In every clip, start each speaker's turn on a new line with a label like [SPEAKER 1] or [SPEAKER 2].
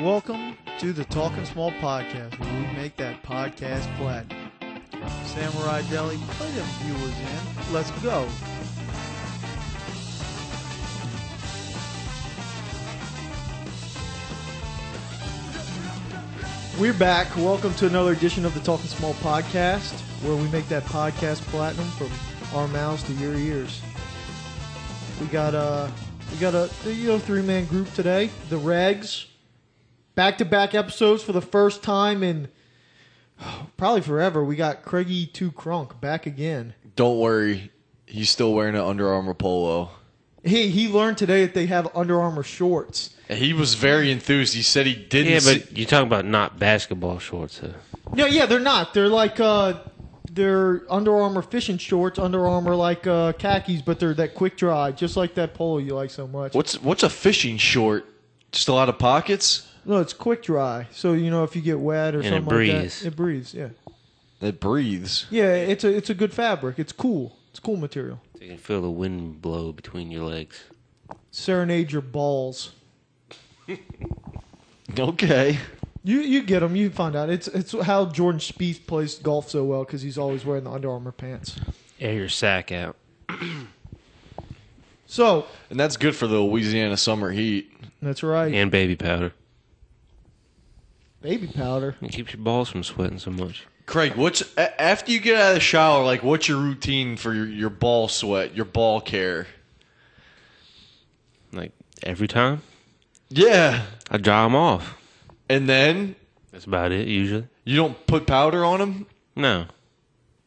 [SPEAKER 1] Welcome to the Talking Small podcast, where we make that podcast platinum. Samurai Deli, play them viewers in. Let's go. We're back. Welcome to another edition of the Talking Small podcast, where we make that podcast platinum from our mouths to your ears. We got a we got a you know three man group today. The Rags, back to back episodes for the first time in probably forever. We got Craigie Two Crunk back again.
[SPEAKER 2] Don't worry, he's still wearing an Under Armour polo.
[SPEAKER 1] He he learned today that they have Under Armour shorts.
[SPEAKER 2] And He was very enthused. He said he didn't.
[SPEAKER 3] Yeah,
[SPEAKER 2] see-
[SPEAKER 3] but you're talking about not basketball shorts. Huh?
[SPEAKER 1] No, yeah, they're not. They're like uh, they're Under Armour fishing shorts, Under Armour like uh, khakis, but they're that quick dry, just like that polo you like so much.
[SPEAKER 2] what's what's a fishing short? Just a lot of pockets
[SPEAKER 1] No, it's quick dry, so you know if you get wet or
[SPEAKER 3] And it
[SPEAKER 1] something like
[SPEAKER 3] breathes.
[SPEAKER 1] that, it breathes. Yeah,
[SPEAKER 2] that breathes.
[SPEAKER 1] yeah, it's a it's a good fabric. It's cool. It's cool material.
[SPEAKER 3] So you can feel the wind blow between your legs.
[SPEAKER 1] Serenade your balls.
[SPEAKER 2] Okay,
[SPEAKER 1] You you get them. You find out. It's it's how Jordan Spieth plays golf so well because he's always wearing the Under Armour pants.
[SPEAKER 3] Air your sack out.
[SPEAKER 1] So
[SPEAKER 2] and that's good for the Louisiana summer heat.
[SPEAKER 1] that's right.
[SPEAKER 3] And baby powder.
[SPEAKER 1] Baby powder.
[SPEAKER 3] It keeps your balls from sweating so much.
[SPEAKER 2] Craig, what's a- after you get out of the shower? Like, what's your routine for your, your ball sweat, your ball care?
[SPEAKER 3] Like every time,
[SPEAKER 2] Yeah,
[SPEAKER 3] I dry them off.
[SPEAKER 2] and then
[SPEAKER 3] That's about it usually.
[SPEAKER 2] you don't put powder on them.
[SPEAKER 3] No,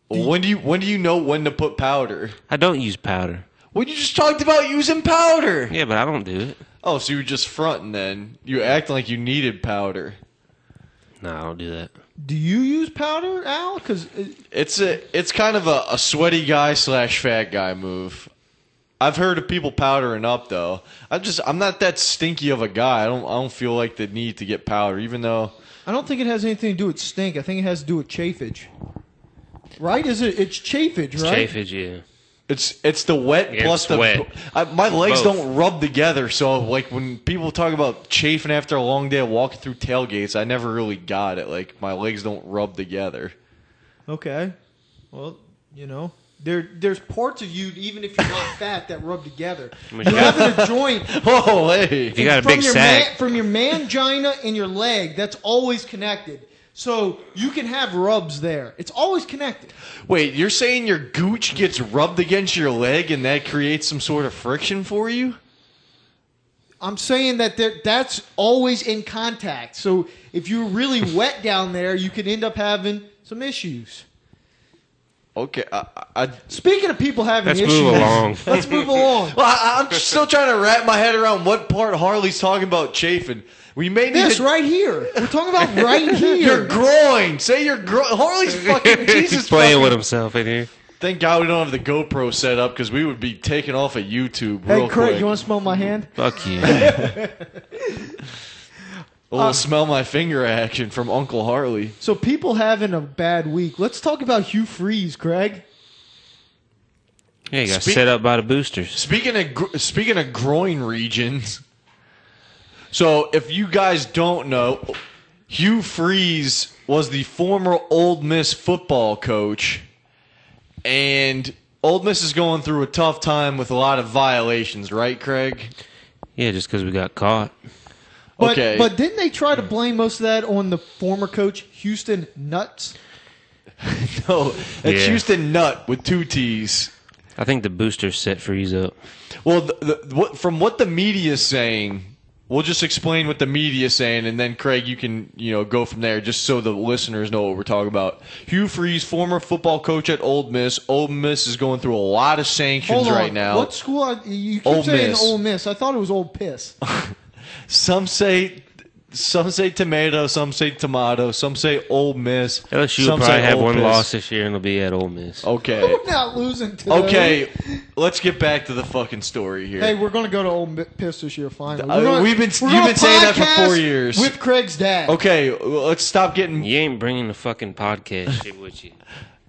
[SPEAKER 2] When do you when do you know when to put powder?
[SPEAKER 3] I don't use powder.
[SPEAKER 2] When you just talked about using powder.
[SPEAKER 3] Yeah, but I don't do it.
[SPEAKER 2] Oh, so you were just fronting then? You acting like you needed powder.
[SPEAKER 3] No, I don't do that.
[SPEAKER 1] Do you use powder, Al? Because
[SPEAKER 2] It's a it's kind of a, a sweaty guy slash fat guy move. I've heard of people powdering up though. I just I'm not that stinky of a guy. I don't I don't feel like the need to get powder, even though
[SPEAKER 1] I don't think it has anything to do with stink. I think it has to do with chafage. Right? Is it? It's chafage,
[SPEAKER 3] It's
[SPEAKER 1] right?
[SPEAKER 3] Chafage, yeah.
[SPEAKER 2] it's it's the wet
[SPEAKER 3] It's
[SPEAKER 2] plus the
[SPEAKER 3] wet.
[SPEAKER 2] I, my legs
[SPEAKER 3] Both.
[SPEAKER 2] don't rub together. So like when people talk about chafing after a long day of walking through tailgates, I never really got it. Like my legs don't rub together.
[SPEAKER 1] Okay. Well, you know, there there's parts of you, even if you're not fat, that rub together.
[SPEAKER 3] mean,
[SPEAKER 1] You
[SPEAKER 3] you got-
[SPEAKER 1] have in a joint.
[SPEAKER 2] Oh hey.
[SPEAKER 3] You got a
[SPEAKER 1] from
[SPEAKER 3] big
[SPEAKER 1] your
[SPEAKER 3] sack.
[SPEAKER 1] Man, from your mangina and your leg. That's always connected. So you can have rubs there. It's always connected.
[SPEAKER 2] Wait, you're saying your gooch gets rubbed against your leg and that creates some sort of friction for you?
[SPEAKER 1] I'm saying that there, that's always in contact. So if you're really wet down there, you could end up having some issues.
[SPEAKER 2] Okay, I, I, I-
[SPEAKER 1] Speaking of people having
[SPEAKER 3] Let's move
[SPEAKER 1] issues,
[SPEAKER 3] along.
[SPEAKER 1] let's move along.
[SPEAKER 2] well, I, I'm still trying to wrap my head around what part Harley's talking about chafing. We may need
[SPEAKER 1] This
[SPEAKER 2] to-
[SPEAKER 1] right here. We're talking about right
[SPEAKER 2] Your
[SPEAKER 1] here.
[SPEAKER 2] groin. Say your groin. Harley's fucking Jesus.
[SPEAKER 3] He's playing
[SPEAKER 2] fucking-
[SPEAKER 3] with himself in here.
[SPEAKER 2] Thank God we don't have the GoPro set up because we would be taken off of YouTube
[SPEAKER 1] Hey,
[SPEAKER 2] real
[SPEAKER 1] Craig,
[SPEAKER 2] quick.
[SPEAKER 1] you want to smell my hand?
[SPEAKER 3] Fuck you.
[SPEAKER 2] A little smell my finger action from Uncle Harley.
[SPEAKER 1] So people having a bad week. Let's talk about Hugh Freeze, Craig.
[SPEAKER 3] Yeah, you got
[SPEAKER 2] Speak-
[SPEAKER 3] set up by the boosters.
[SPEAKER 2] Speaking of gr- speaking of groin regions, so if you guys don't know, Hugh Freeze was the former Old Miss football coach, and Old Miss is going through a tough time with a lot of violations, right, Craig?
[SPEAKER 3] Yeah, just because we got caught.
[SPEAKER 1] But,
[SPEAKER 2] Okay.
[SPEAKER 1] But didn't they try to blame most of that on the former coach, Houston Nuts?
[SPEAKER 2] No, it's
[SPEAKER 3] Yeah.
[SPEAKER 2] Houston Nut with two T's.
[SPEAKER 3] I think the boosters set freeze up.
[SPEAKER 2] Well, the, the, what, from what the media is saying, we'll just explain what the media is saying, and then Craig, you can you know go from there, just so the listeners know what we're talking about. Hugh Freeze, former football coach at Old Miss. Old Miss is going through a lot of sanctions
[SPEAKER 1] Hold on.
[SPEAKER 2] right now.
[SPEAKER 1] What school? Are, you keep
[SPEAKER 2] Ole
[SPEAKER 1] saying
[SPEAKER 2] Miss.
[SPEAKER 1] Ole Miss. I thought it was Old Piss.
[SPEAKER 2] Some say. Some say tomato, some say tomato, some say Old Miss.
[SPEAKER 3] LSU will
[SPEAKER 2] some
[SPEAKER 3] probably
[SPEAKER 2] say
[SPEAKER 3] have
[SPEAKER 2] Ole
[SPEAKER 3] one
[SPEAKER 2] Miss.
[SPEAKER 3] loss this year, and it'll be at Ole Miss.
[SPEAKER 2] Okay,
[SPEAKER 1] We're not losing to
[SPEAKER 2] okay. Let's get back to the fucking story here.
[SPEAKER 1] Hey, we're gonna go to Ole Mi- Piss this year. Finally,
[SPEAKER 2] Uh,
[SPEAKER 1] We're gonna-
[SPEAKER 2] we've been-
[SPEAKER 1] we're
[SPEAKER 2] you've
[SPEAKER 1] gonna
[SPEAKER 2] been saying that for
[SPEAKER 1] podcast
[SPEAKER 2] four years.
[SPEAKER 1] with Craig's dad.
[SPEAKER 2] okay, let's stop getting
[SPEAKER 3] You ain't bringing the fucking podcast shit with you.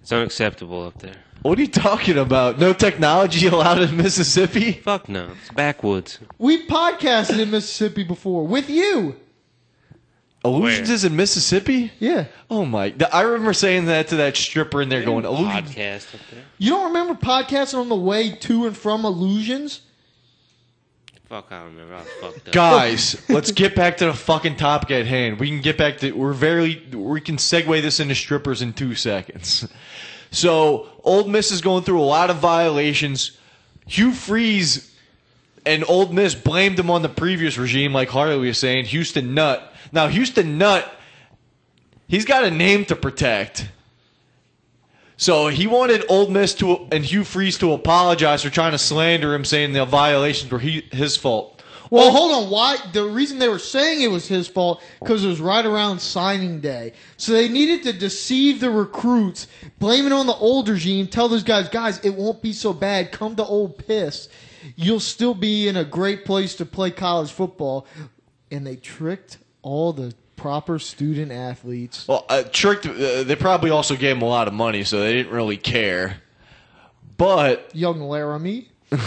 [SPEAKER 3] It's unacceptable up there.
[SPEAKER 2] What are you talking about? No technology allowed in Mississippi?
[SPEAKER 3] Fuck no. It's backwoods.
[SPEAKER 1] We podcasted in Mississippi before with you.
[SPEAKER 2] Illusions
[SPEAKER 3] Where?
[SPEAKER 2] is in Mississippi.
[SPEAKER 1] Yeah.
[SPEAKER 2] Oh my! th- I remember saying that to that stripper in there, going, "Illusions."
[SPEAKER 3] Podcast up there.
[SPEAKER 1] You don't remember podcasting on the way to and from Illusions?
[SPEAKER 3] Fuck, I don't remember. I was fucked up.
[SPEAKER 2] Guys, let's get back to the fucking topic at hand. We can get back to we're very we can segue this into strippers in two seconds. So Old Miss is going through a lot of violations. Hugh Freeze and Old Miss blamed him on the previous regime, like Harley was saying. Houston Nut. Now Houston Nut, he's got a name to protect. So he wanted Old Miss to and Hugh Freeze to apologize for trying to slander him, saying the violations were he, his fault.
[SPEAKER 1] Well, hold on. Why? The reason they were saying it was his fault because it was right around signing day. So they needed to deceive the recruits, blame it on the old regime, tell those guys, guys, it won't be so bad. Come to old piss. You'll still be in a great place to play college football. And they tricked all the proper student athletes.
[SPEAKER 2] Well, uh, tricked. Uh, they probably also gave him a lot of money, so they didn't really care. But
[SPEAKER 1] Young Laramie.
[SPEAKER 3] Yeah,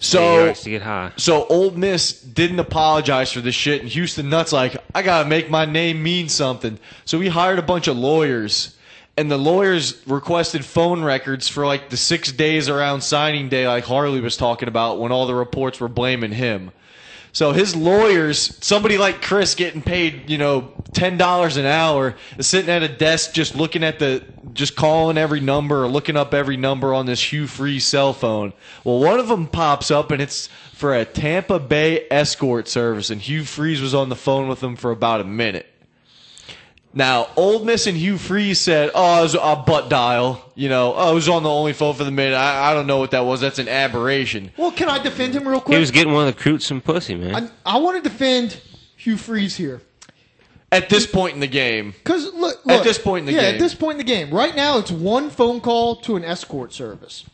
[SPEAKER 3] he
[SPEAKER 2] so
[SPEAKER 3] likes to get high.
[SPEAKER 2] so Old Miss didn't apologize for this shit, and Houston Nuts like I gotta make my name mean something. So he hired a bunch of lawyers, and the lawyers requested phone records for like the six days around signing day, like Harley was talking about when all the reports were blaming him. So his lawyers, somebody like Chris getting paid, you know, ten dollars an hour, is sitting at a desk just looking at the just calling every number or looking up every number on this Hugh Free cell phone. Well, one of them pops up and it's for a Tampa Bay escort service, and Hugh Freeze was on the phone with them for about a minute. Now, Old Miss and Hugh Freeze said, "Oh, I was a butt dial, you know. Oh, I was on the only phone for the minute. I, I don't know what that was. That's an aberration."
[SPEAKER 1] Well, can I defend him real quick?
[SPEAKER 3] He was getting one of the recruits some pussy, man.
[SPEAKER 1] I, I want to defend Hugh Freeze here.
[SPEAKER 2] At this point in the game,
[SPEAKER 1] Because look,
[SPEAKER 2] At
[SPEAKER 1] look,
[SPEAKER 2] this point in the
[SPEAKER 1] yeah,
[SPEAKER 2] game.
[SPEAKER 1] at this point in the game, right now it's one phone call to an escort service.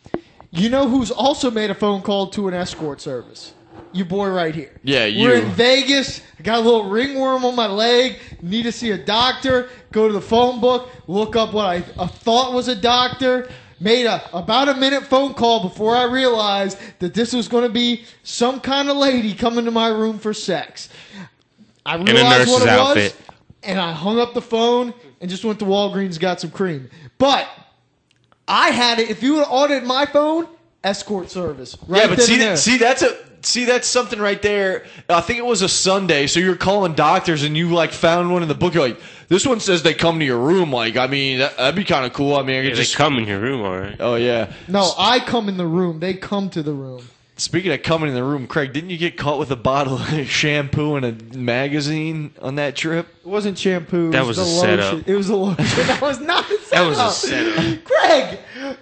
[SPEAKER 1] You know who's also made a phone call to an escort service? Your boy right here.
[SPEAKER 2] Yeah,
[SPEAKER 1] We're
[SPEAKER 2] you.
[SPEAKER 1] in Vegas. I got a little ringworm on my leg. Need to see a doctor. Go to the phone book. Look up what I uh, thought was a doctor. Made a about a minute phone call before I realized that this was going to be some kind of lady coming to my room for sex. I
[SPEAKER 3] a
[SPEAKER 1] realized what it
[SPEAKER 3] nurse's
[SPEAKER 1] was,
[SPEAKER 3] outfit.
[SPEAKER 1] and I hung up the phone and just went to Walgreens got some cream. But I had it. If you would audit my phone, escort service. Right
[SPEAKER 2] yeah, but
[SPEAKER 1] then
[SPEAKER 2] see,
[SPEAKER 1] and there.
[SPEAKER 2] that, see, that's a see, that's something right there. I think it was a Sunday, so you're calling doctors and you like found one in the book. You're like, this one says they come to your room. Like, I mean, that, that'd be kind of cool. I mean, I could
[SPEAKER 3] Yeah,
[SPEAKER 2] just
[SPEAKER 3] they come in your room, all right.
[SPEAKER 2] Oh yeah.
[SPEAKER 1] no, I come in the room. They come to the room.
[SPEAKER 2] Speaking of coming in the room, Craig, didn't you get caught with a bottle of shampoo and a magazine on that trip?
[SPEAKER 1] It wasn't shampoo.
[SPEAKER 3] That
[SPEAKER 1] it was,
[SPEAKER 3] was
[SPEAKER 1] the
[SPEAKER 3] a
[SPEAKER 1] lotion.
[SPEAKER 3] setup.
[SPEAKER 1] It was the lotion. That was not a setup.
[SPEAKER 3] That
[SPEAKER 2] Oh.
[SPEAKER 3] was a setup.
[SPEAKER 1] Greg,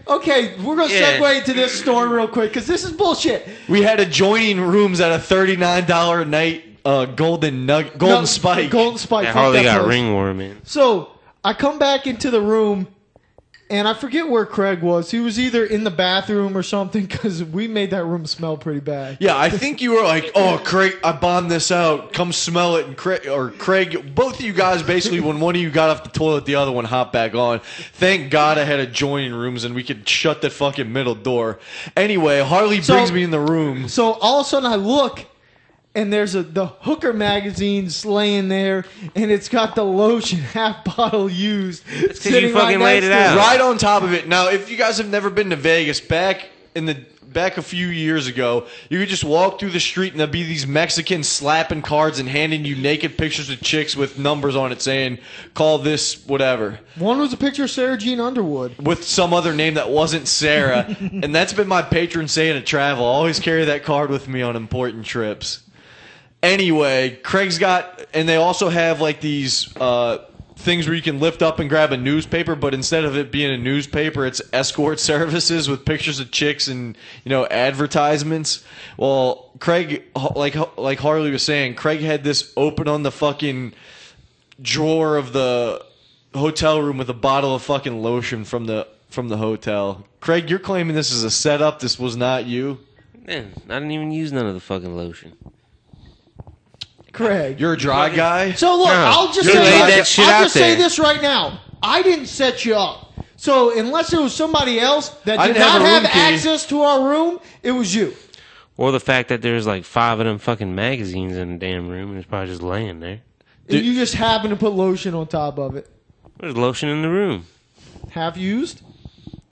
[SPEAKER 1] okay, we're gonna
[SPEAKER 3] Yeah.
[SPEAKER 1] segue to this story real quick because this is bullshit.
[SPEAKER 2] We had adjoining rooms at a thirty nine dollar a night uh, golden nug- golden
[SPEAKER 1] No,
[SPEAKER 2] spike.
[SPEAKER 1] Golden Spike.
[SPEAKER 3] That
[SPEAKER 1] fuck
[SPEAKER 3] Harley
[SPEAKER 1] that
[SPEAKER 3] got
[SPEAKER 1] place.
[SPEAKER 3] ringworm in.
[SPEAKER 1] So I come back into the room, and I forget where Craig was. He was either in the bathroom or something because we made that room smell pretty bad.
[SPEAKER 2] Yeah, I think you were like, "Oh, Craig, I bombed this out. Come smell it." And Craig, or Craig, both of you guys basically, when one of you got off the toilet, the other one hopped back on. Thank God I had adjoining rooms and we could shut the fucking middle door. Anyway, Harley
[SPEAKER 1] So-
[SPEAKER 2] brings me in the room.
[SPEAKER 1] So all of a sudden I look, and there's a the hooker magazine's laying there, and it's got the lotion half bottle used. It's
[SPEAKER 3] 'cause you fucking laid it out.
[SPEAKER 2] right on top of it. Now, if you guys have never been to Vegas, back in the back a few years ago, you could just walk through the street and there'd be these Mexicans slapping cards and handing you naked pictures of chicks with numbers on it saying, "Call this whatever."
[SPEAKER 1] One was a picture of Sarah Jean Underwood.
[SPEAKER 2] with some other name that wasn't Sarah, and that's been my patron saying at travel. I always carry that card with me on important trips. Anyway, Craig's got, and they also have like these uh, things where you can lift up and grab a newspaper, but instead of it being a newspaper, it's escort services with pictures of chicks and you know advertisements. Well, Craig, like like Harley was saying, Craig had this open on the fucking drawer of the hotel room with a bottle of fucking lotion from the from the hotel. Craig, you're claiming this is a setup. This was not you.
[SPEAKER 3] Man, I didn't even use none of the fucking lotion.
[SPEAKER 1] Craig.
[SPEAKER 2] You're a dry guy.
[SPEAKER 1] So look,
[SPEAKER 3] No,
[SPEAKER 1] I'll just
[SPEAKER 3] you
[SPEAKER 1] say
[SPEAKER 3] laid
[SPEAKER 1] this.
[SPEAKER 3] that shit
[SPEAKER 1] I'll
[SPEAKER 3] out
[SPEAKER 1] just say
[SPEAKER 3] there.
[SPEAKER 1] this right now. I didn't set you up. So unless it was somebody else that
[SPEAKER 2] I
[SPEAKER 1] did
[SPEAKER 2] didn't
[SPEAKER 1] not
[SPEAKER 2] have a room
[SPEAKER 1] have
[SPEAKER 2] key.
[SPEAKER 1] access to our room, it was you.
[SPEAKER 3] Or the fact that there's like five of them fucking magazines in the damn room and it's probably just laying there.
[SPEAKER 2] Dude.
[SPEAKER 1] you just happen to put lotion on top of it.
[SPEAKER 3] There's lotion in the room.
[SPEAKER 1] Half used?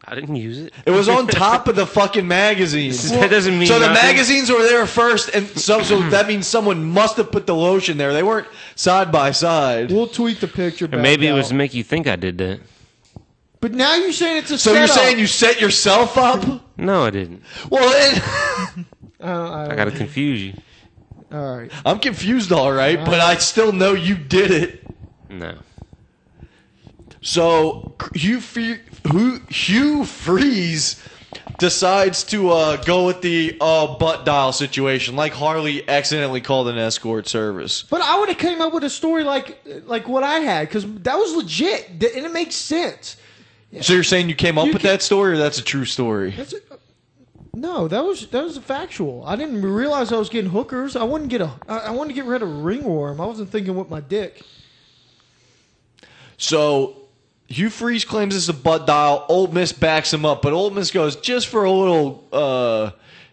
[SPEAKER 3] I didn't use it.
[SPEAKER 2] It was on top of the fucking magazines.
[SPEAKER 3] that doesn't mean
[SPEAKER 2] So the
[SPEAKER 3] nothing.
[SPEAKER 2] magazines were there first, and so, so that means someone must have put the lotion there. They weren't side by side.
[SPEAKER 1] We'll tweet the picture.
[SPEAKER 3] Or
[SPEAKER 1] Back
[SPEAKER 3] maybe it
[SPEAKER 1] out.
[SPEAKER 3] was to make you think I did that.
[SPEAKER 1] But now you're saying it's a
[SPEAKER 2] So you're
[SPEAKER 1] setup.
[SPEAKER 2] saying you set yourself up?
[SPEAKER 3] No, I didn't.
[SPEAKER 2] Well, then
[SPEAKER 1] I don't- I
[SPEAKER 3] I
[SPEAKER 1] don't-
[SPEAKER 3] gotta confuse you.
[SPEAKER 1] All right.
[SPEAKER 2] I'm confused, all right, but I still know you did it.
[SPEAKER 3] No.
[SPEAKER 2] So Hugh, Fe- who, Hugh Freeze decides to uh, go with the uh, butt dial situation, like Harley accidentally called an escort service.
[SPEAKER 1] But I would have came up with a story like like what I had because that was legit Th- and it makes sense.
[SPEAKER 2] So you're saying you came up
[SPEAKER 1] You
[SPEAKER 2] with
[SPEAKER 1] can-
[SPEAKER 2] that story, or that's a true story?
[SPEAKER 1] That's a, no, that was that was factual. I didn't realize I was getting hookers. I wouldn't get a. I, I wanted to get rid of ringworm. I wasn't thinking with my dick.
[SPEAKER 2] So Hugh Freeze claims it's a butt dial. Old Miss backs him up, but Old Miss goes just for a little, uh,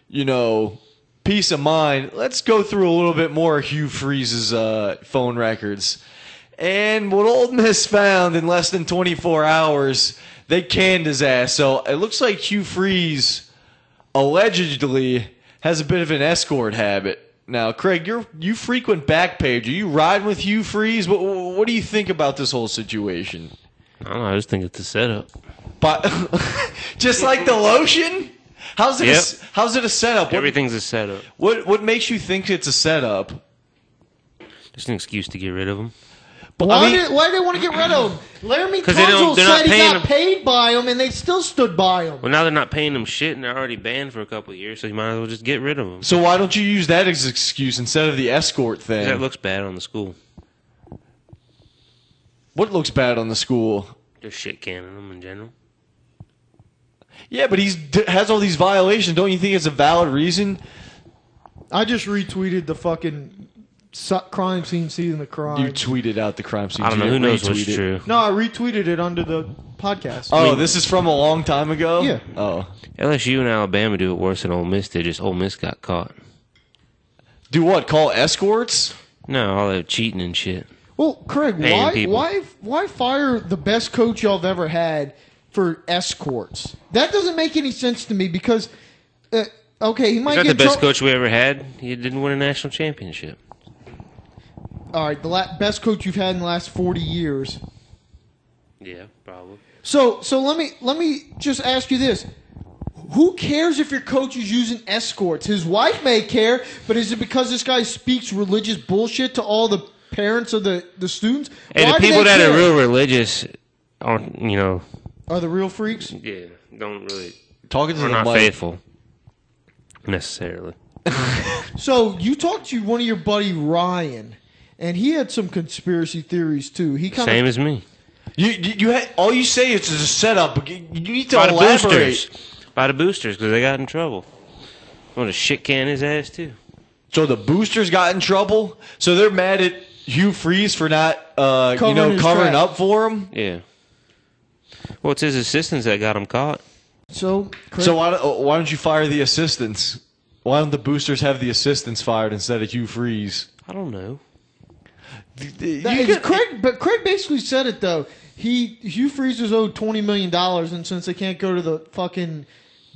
[SPEAKER 2] you know, peace of mind. Let's go through a little bit more of Hugh Freeze's uh, phone records. And what Old Miss found in less than 24 hours, they canned his ass. So it looks like Hugh Freeze allegedly has a bit of an escort habit. Now, Craig, you're you frequent Backpage. Are you riding with Hugh Freeze? What, what do you think about this whole situation?
[SPEAKER 3] I don't know. I just think it's a setup.
[SPEAKER 2] But just like the lotion, how's it? a s
[SPEAKER 3] Yep.
[SPEAKER 2] how's it a setup? What,
[SPEAKER 3] Everything's a setup.
[SPEAKER 2] what what makes you think it's a setup?
[SPEAKER 3] Just an excuse to get rid of them.
[SPEAKER 2] But,
[SPEAKER 1] Why
[SPEAKER 2] I mean,
[SPEAKER 1] did why they want to get rid of him? Laramie
[SPEAKER 3] 'Cause they don't-
[SPEAKER 1] Tunzel
[SPEAKER 3] they're not
[SPEAKER 1] said he
[SPEAKER 3] paying
[SPEAKER 1] got
[SPEAKER 3] him.
[SPEAKER 1] paid by him and they still stood by him.
[SPEAKER 3] Well, now they're not paying them shit, and they're already banned for a couple of years, so you might as well just get rid of them.
[SPEAKER 2] so why don't you use that as an excuse instead of the escort thing?
[SPEAKER 3] That looks bad on the school.
[SPEAKER 2] what looks bad on the school?
[SPEAKER 3] Just shit canning them in general.
[SPEAKER 2] Yeah, but he's d- has all these violations. Don't you think it's a valid reason?
[SPEAKER 1] I just retweeted the fucking su- crime scene season of crime.
[SPEAKER 2] You tweeted out the crime scene.
[SPEAKER 3] I don't know.
[SPEAKER 2] You
[SPEAKER 3] Who
[SPEAKER 2] didn't
[SPEAKER 3] knows what's
[SPEAKER 2] retweet it.
[SPEAKER 3] true?
[SPEAKER 1] no, I retweeted it under the podcast.
[SPEAKER 2] Oh, this is from a long time ago.
[SPEAKER 1] Yeah.
[SPEAKER 2] Oh,
[SPEAKER 3] LSU and Alabama do it worse than Ole Miss did. Just Ole Miss got caught.
[SPEAKER 2] do what? Call escorts?
[SPEAKER 3] No, all that cheating and shit.
[SPEAKER 1] Well, Craig,
[SPEAKER 3] Paying
[SPEAKER 1] why
[SPEAKER 3] people.
[SPEAKER 1] why why fire the best coach y'all have ever had for escorts? That doesn't make any sense to me because uh, okay, he might
[SPEAKER 3] Is that
[SPEAKER 1] get
[SPEAKER 3] the best
[SPEAKER 1] trou-
[SPEAKER 3] coach we ever had? He didn't win a national championship.
[SPEAKER 1] All right, the la- best coach you've had in the last 40 years.
[SPEAKER 3] Yeah, probably.
[SPEAKER 1] So so let me let me just ask you this. Who cares if your coach is using escorts? His wife may care, but is it because this guy speaks religious bullshit to all the parents of the, the students?
[SPEAKER 3] Hey,
[SPEAKER 1] Why
[SPEAKER 3] the
[SPEAKER 1] do
[SPEAKER 3] people
[SPEAKER 1] they
[SPEAKER 3] that are
[SPEAKER 1] care?
[SPEAKER 3] real religious aren't, you know,
[SPEAKER 1] are the real freaks.
[SPEAKER 3] yeah, don't really,
[SPEAKER 2] Talking to
[SPEAKER 3] are
[SPEAKER 2] the
[SPEAKER 3] not
[SPEAKER 2] mic.
[SPEAKER 3] faithful necessarily.
[SPEAKER 1] So you talked to one of your buddy Ryan, and he had some conspiracy theories too. He kind
[SPEAKER 3] Same
[SPEAKER 1] of
[SPEAKER 3] as me.
[SPEAKER 2] You you, you ha- all you say it's a setup. but You you need to
[SPEAKER 3] By the
[SPEAKER 2] elaborate.
[SPEAKER 3] boosters. By the boosters, because they got in trouble. I'm to shit can his ass, too.
[SPEAKER 2] So the boosters got in trouble. So they're mad at Hugh Freeze for not uh, you
[SPEAKER 1] Covering
[SPEAKER 2] know
[SPEAKER 1] his
[SPEAKER 2] covering
[SPEAKER 1] tracks.
[SPEAKER 2] up for him.
[SPEAKER 3] Yeah. Well, it's his assistants that got him caught.
[SPEAKER 1] so Craig,
[SPEAKER 2] So why don't, uh, why don't you fire the assistants? Why don't the boosters have the assistants fired instead of Hugh Freeze?
[SPEAKER 3] I don't know.
[SPEAKER 2] You
[SPEAKER 1] that is-
[SPEAKER 2] could-
[SPEAKER 1] Craig, but Craig basically said it though. He Hugh Freeze is owed twenty million dollars, and since they can't go to the fucking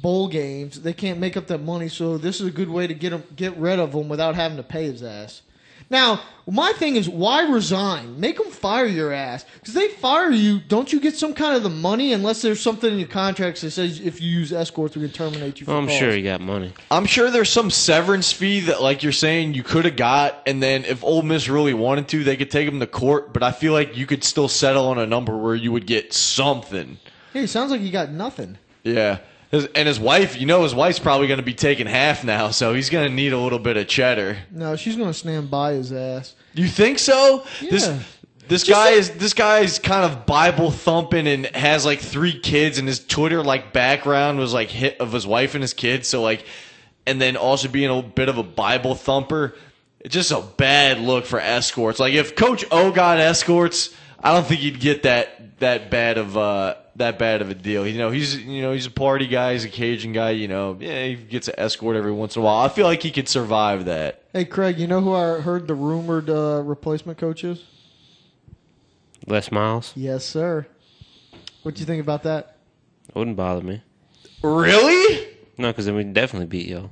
[SPEAKER 1] bowl games, they can't make up that money. So this is a good way to get him get rid of him without having to pay his ass. Now, my thing is, why resign? Make them fire your ass. Because they fire you, don't you get some kind of the money? Unless there's something in your contracts that says if you use escorts, we can terminate you. For
[SPEAKER 3] Well, I'm
[SPEAKER 1] cause.
[SPEAKER 3] sure he got money.
[SPEAKER 2] I'm sure there's some severance fee that, like you're saying, you could have got, and then if Ole Miss really wanted to, they could take him to court. But I feel like you could still settle on a number where you would get something.
[SPEAKER 1] Hey, sounds like you got nothing.
[SPEAKER 2] Yeah. His- And his wife, you know, his wife's probably going to be taking half now, so he's going to need a little bit of cheddar.
[SPEAKER 1] No, she's gonna stand by his ass.
[SPEAKER 2] You think so?
[SPEAKER 1] Yeah.
[SPEAKER 2] This this
[SPEAKER 1] Just
[SPEAKER 2] guy
[SPEAKER 1] like-
[SPEAKER 2] is this guy is kind of Bible thumping and has like three kids, and his Twitter like background was like hit of his wife and his kids. So like, and then also being a bit of a Bible thumper. It's just a bad look for escorts. Like if Coach O got escorts, I don't think he'd get that that bad of uh that bad of a deal. You know, he's you know he's a party guy, he's a Cajun guy. You know, yeah, he gets an escort every once in a while. I feel like he could survive that.
[SPEAKER 1] Hey, Craig, you know who I heard the rumored uh, replacement coach is?
[SPEAKER 3] Les Miles
[SPEAKER 1] Yes, sir. What do you think about that?
[SPEAKER 3] it wouldn't bother me.
[SPEAKER 2] Really?
[SPEAKER 3] No, because then we'd definitely beat y'all.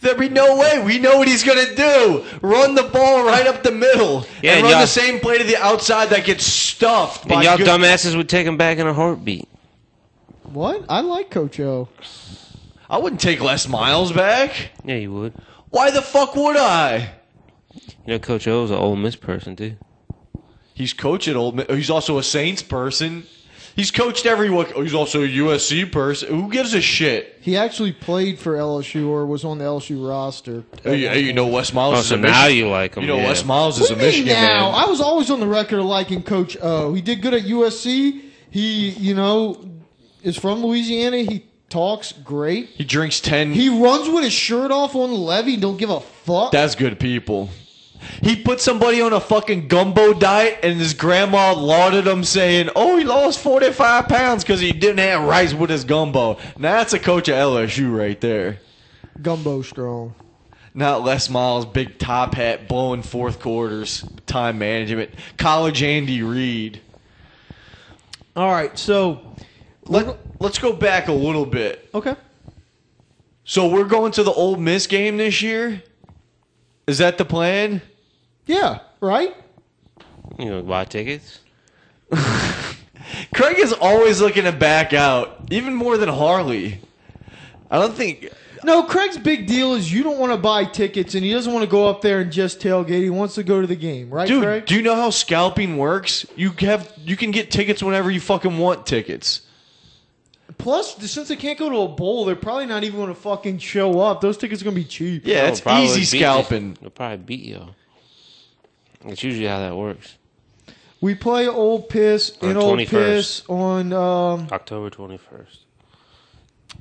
[SPEAKER 2] There'd be no way. We know what he's gonna do. Run the ball right up the middle.
[SPEAKER 3] Yeah,
[SPEAKER 2] and run
[SPEAKER 3] y'all-
[SPEAKER 2] the same play to the outside that gets stuffed by
[SPEAKER 3] And y'all
[SPEAKER 2] good-
[SPEAKER 3] dumbasses would take him back in a heartbeat.
[SPEAKER 1] What? I like Coach O.
[SPEAKER 2] I wouldn't take Les Miles back.
[SPEAKER 3] Yeah, you would.
[SPEAKER 2] Why the fuck would I?
[SPEAKER 3] You know, Coach O's an old Miss person too.
[SPEAKER 2] He's coach at Old. Mi- He's also a Saints person. He's coached everyone. He's also a USC person. Who gives a shit?
[SPEAKER 1] He actually played for LSU or was on the LSU roster.
[SPEAKER 2] Hey, hey, you know Wes Miles
[SPEAKER 3] Oh,
[SPEAKER 2] is
[SPEAKER 3] so
[SPEAKER 2] a
[SPEAKER 3] now
[SPEAKER 2] Michigan.
[SPEAKER 3] you like him?
[SPEAKER 2] You know
[SPEAKER 3] yeah.
[SPEAKER 2] Wes Miles is
[SPEAKER 1] What do
[SPEAKER 2] a
[SPEAKER 1] you mean
[SPEAKER 2] Michigan
[SPEAKER 1] now?
[SPEAKER 2] man.
[SPEAKER 1] I was always on the record of liking Coach O. He did good at USC. He, you know, is from Louisiana. He talks great.
[SPEAKER 2] He drinks ten.
[SPEAKER 1] He runs with his shirt off on the levee. Don't give a fuck.
[SPEAKER 2] That's good people. He put somebody on a fucking gumbo diet, and his grandma lauded him, saying, "Oh, he lost forty-five pounds because he didn't have rice with his gumbo." Now that's a coach at LSU right there.
[SPEAKER 1] Gumbo strong.
[SPEAKER 2] Not Les Miles, big top hat, blowing fourth quarters, time management, college Andy Reid.
[SPEAKER 1] All right, so
[SPEAKER 2] Let, let's go back a little bit.
[SPEAKER 1] okay.
[SPEAKER 2] So we're going to the Old Miss game this year. Is that the plan?
[SPEAKER 1] Yeah, right?
[SPEAKER 3] You know, buy tickets.
[SPEAKER 2] Craig is always looking to back out, even more than Harley. I don't think.
[SPEAKER 1] No, Craig's big deal is you don't want to buy tickets and he doesn't want to go up there and just tailgate. He wants to go to the game, right,
[SPEAKER 2] Dude,
[SPEAKER 1] Craig?
[SPEAKER 2] do you know how scalping works? You have you can get tickets whenever you fucking want tickets.
[SPEAKER 1] Plus, since they can't go to a bowl, they're probably not even going to fucking show up. Those tickets are going to be cheap.
[SPEAKER 2] Yeah,
[SPEAKER 3] They'll
[SPEAKER 2] it's
[SPEAKER 3] probably
[SPEAKER 2] Oh, easy
[SPEAKER 3] beat you.
[SPEAKER 2] scalping.
[SPEAKER 3] They'll probably beat y'all. It's usually how that works.
[SPEAKER 1] We play Old Piss
[SPEAKER 3] On
[SPEAKER 1] and Old
[SPEAKER 3] 21st.
[SPEAKER 1] Piss on, um,
[SPEAKER 3] October twenty first.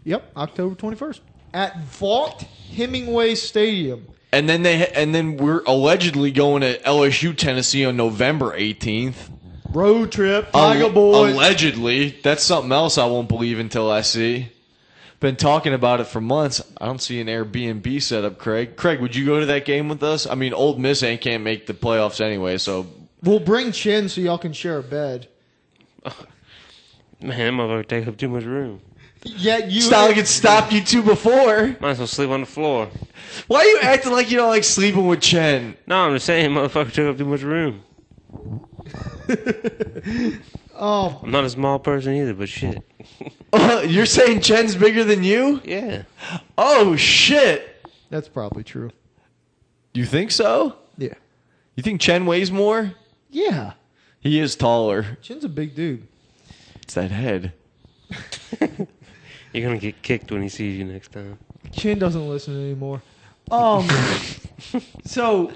[SPEAKER 1] yep, October 21st at Vault Hemingway Stadium.
[SPEAKER 2] And then they and then we're allegedly going to LSU Tennessee on November 18th.
[SPEAKER 1] Road trip,
[SPEAKER 2] Al-
[SPEAKER 1] Tiger Boys.
[SPEAKER 2] Allegedly, that's something else I won't believe until I see. Been talking about it for months. I don't see an Airbnb setup, Craig. Craig, would you go to that game with us? I mean, Old Miss ain't can't make the playoffs anyway, so
[SPEAKER 1] we'll bring Chin so y'all can share a bed.
[SPEAKER 3] Man, that motherfucker take up too much room.
[SPEAKER 1] Yeah, you.
[SPEAKER 2] Stalin could stop you two before.
[SPEAKER 3] Might as well sleep on the floor.
[SPEAKER 2] Why are you acting like you don't like sleeping with Chen?
[SPEAKER 3] No, I'm just saying, motherfucker took up too much room.
[SPEAKER 1] Oh,
[SPEAKER 3] I'm not a small person either, but shit.
[SPEAKER 2] Uh, You're saying Chen's bigger than you?
[SPEAKER 3] Yeah.
[SPEAKER 2] Oh shit!
[SPEAKER 1] that's probably true.
[SPEAKER 2] You think so?
[SPEAKER 1] Yeah.
[SPEAKER 2] You think Chen weighs more?
[SPEAKER 1] Yeah.
[SPEAKER 2] He is taller.
[SPEAKER 1] Chin's a big dude.
[SPEAKER 2] It's that head.
[SPEAKER 3] You're gonna get kicked when he sees you next time.
[SPEAKER 1] Chin doesn't listen anymore. Um. so,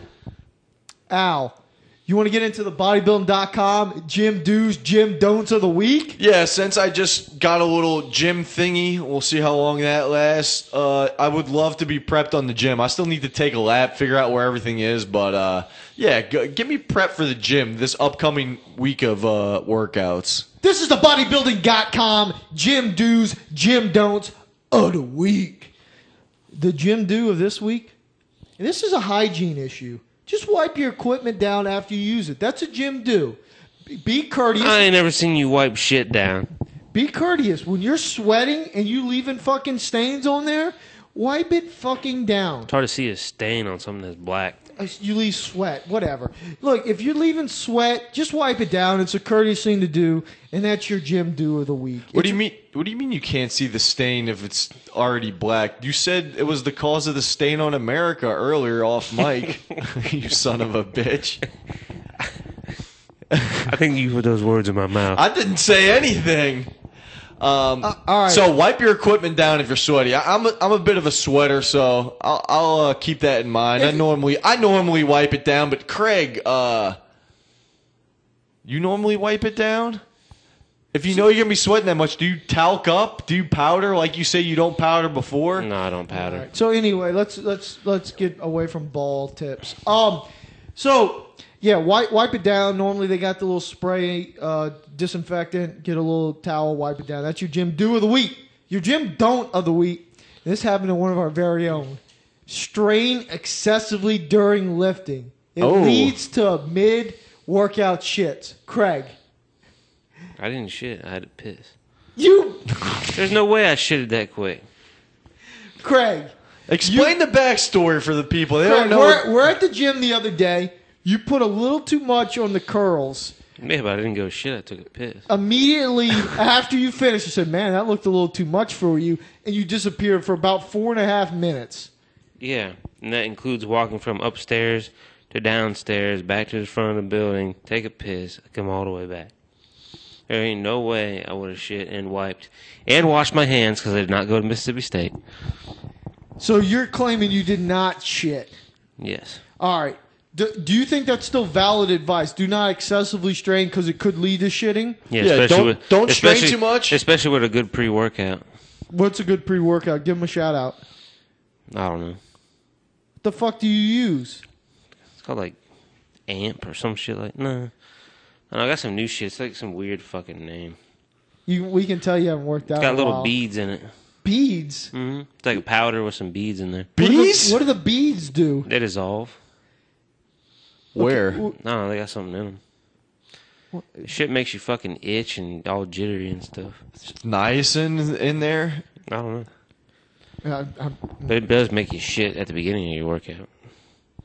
[SPEAKER 1] Al, you want to get into the bodybuilding.com gym do's, gym don'ts of the week?
[SPEAKER 2] Yeah, since I just got a little gym thingy, we'll see how long that lasts. Uh, I would love to be prepped on the gym. I still need to take a lap, figure out where everything is, but uh, yeah, g- get me prep for the gym this upcoming week of uh, workouts.
[SPEAKER 1] This is the bodybuilding.com gym do's, gym don'ts of the week. The gym do of this week, and this is a hygiene issue. Just wipe your equipment down after you use it. That's a gym do. Be- Be courteous.
[SPEAKER 3] I ain't never seen you wipe shit down.
[SPEAKER 1] Be courteous. When you're sweating and you leaving fucking stains on there, wipe it fucking down.
[SPEAKER 3] It's hard to see a stain on something that's black.
[SPEAKER 1] You leave sweat, whatever. Look, if you're leaving sweat, just wipe it down. It's a courteous thing to do, and that's your gym do of the week.
[SPEAKER 2] What do you mean? What do you mean you can't see the stain if it's already black? You said it was the cause of the stain on America earlier off mic. you son of a bitch!
[SPEAKER 3] I think you put those words in my mouth.
[SPEAKER 2] I didn't say anything. Um,
[SPEAKER 1] Uh, all right.
[SPEAKER 2] So wipe your equipment down if you're sweaty. I, I'm a, I'm a bit of a sweater, so I'll, I'll uh, keep that in mind. I normally I normally wipe it down, but Craig, uh, you normally wipe it down. If you know you're gonna be sweating that much, do you talc up? Do you powder like you say you don't powder before?
[SPEAKER 3] no, I don't powder.
[SPEAKER 1] So anyway, let's let's let's get away from ball tips. Um, So yeah, wipe wipe it down. Normally they got the little spray uh, disinfectant. Get a little towel, wipe it down. That's your gym do of the week. Your gym don't of the week. And this happened to one of our very own. Strain excessively during lifting. It
[SPEAKER 2] Oh.
[SPEAKER 1] leads to mid workout shits. Craig,
[SPEAKER 3] I didn't shit. I had to piss.
[SPEAKER 1] you,
[SPEAKER 3] There's no way I shitted that quick.
[SPEAKER 1] Craig.
[SPEAKER 2] Explain the backstory for the people. They
[SPEAKER 1] Craig,
[SPEAKER 2] don't know.
[SPEAKER 1] we're, we're at the gym the other day. You put a little too much on the curls.
[SPEAKER 3] Maybe I didn't go shit. I took a piss.
[SPEAKER 1] Immediately after you finished, you said, "Man, that looked a little too much for you," and you disappeared for about four and a half minutes.
[SPEAKER 3] Yeah, and that includes walking from upstairs to downstairs, back to the front of the building, take a piss, come all the way back. There ain't no way I would have shit and wiped and washed my hands because I did not go to Mississippi State.
[SPEAKER 1] So you're claiming you did not shit.
[SPEAKER 3] Yes.
[SPEAKER 1] All right. Do, do you think that's still valid advice? Do not excessively strain because it could lead to shitting.
[SPEAKER 3] Yeah,
[SPEAKER 2] Yeah,
[SPEAKER 3] especially
[SPEAKER 2] don't-
[SPEAKER 3] with,
[SPEAKER 2] don't strain
[SPEAKER 3] especially-
[SPEAKER 2] too much.
[SPEAKER 3] Especially with a good pre workout.
[SPEAKER 1] What's a good pre-workout? Give them a shout out. What
[SPEAKER 3] I don't know.
[SPEAKER 1] the fuck do you use?
[SPEAKER 3] It's called like AMP or some shit like nah. I, know, I got some new shit. It's like some weird fucking name.
[SPEAKER 1] You, we can tell you haven't worked out.
[SPEAKER 3] It's got
[SPEAKER 1] in a
[SPEAKER 3] little
[SPEAKER 1] while.
[SPEAKER 3] beads in it.
[SPEAKER 1] beads.
[SPEAKER 3] hmm It's like a powder with some beads in there.
[SPEAKER 1] What do the-
[SPEAKER 2] Bees?
[SPEAKER 1] What do the beads do?
[SPEAKER 3] They dissolve.
[SPEAKER 2] Where?
[SPEAKER 1] w-
[SPEAKER 3] No, they got something in them. Shit makes you fucking itch and all jittery and stuff.
[SPEAKER 2] Niacin in there.
[SPEAKER 3] I don't know.
[SPEAKER 1] I- uh, I'm-
[SPEAKER 3] But it does make you shit at the beginning of your workout.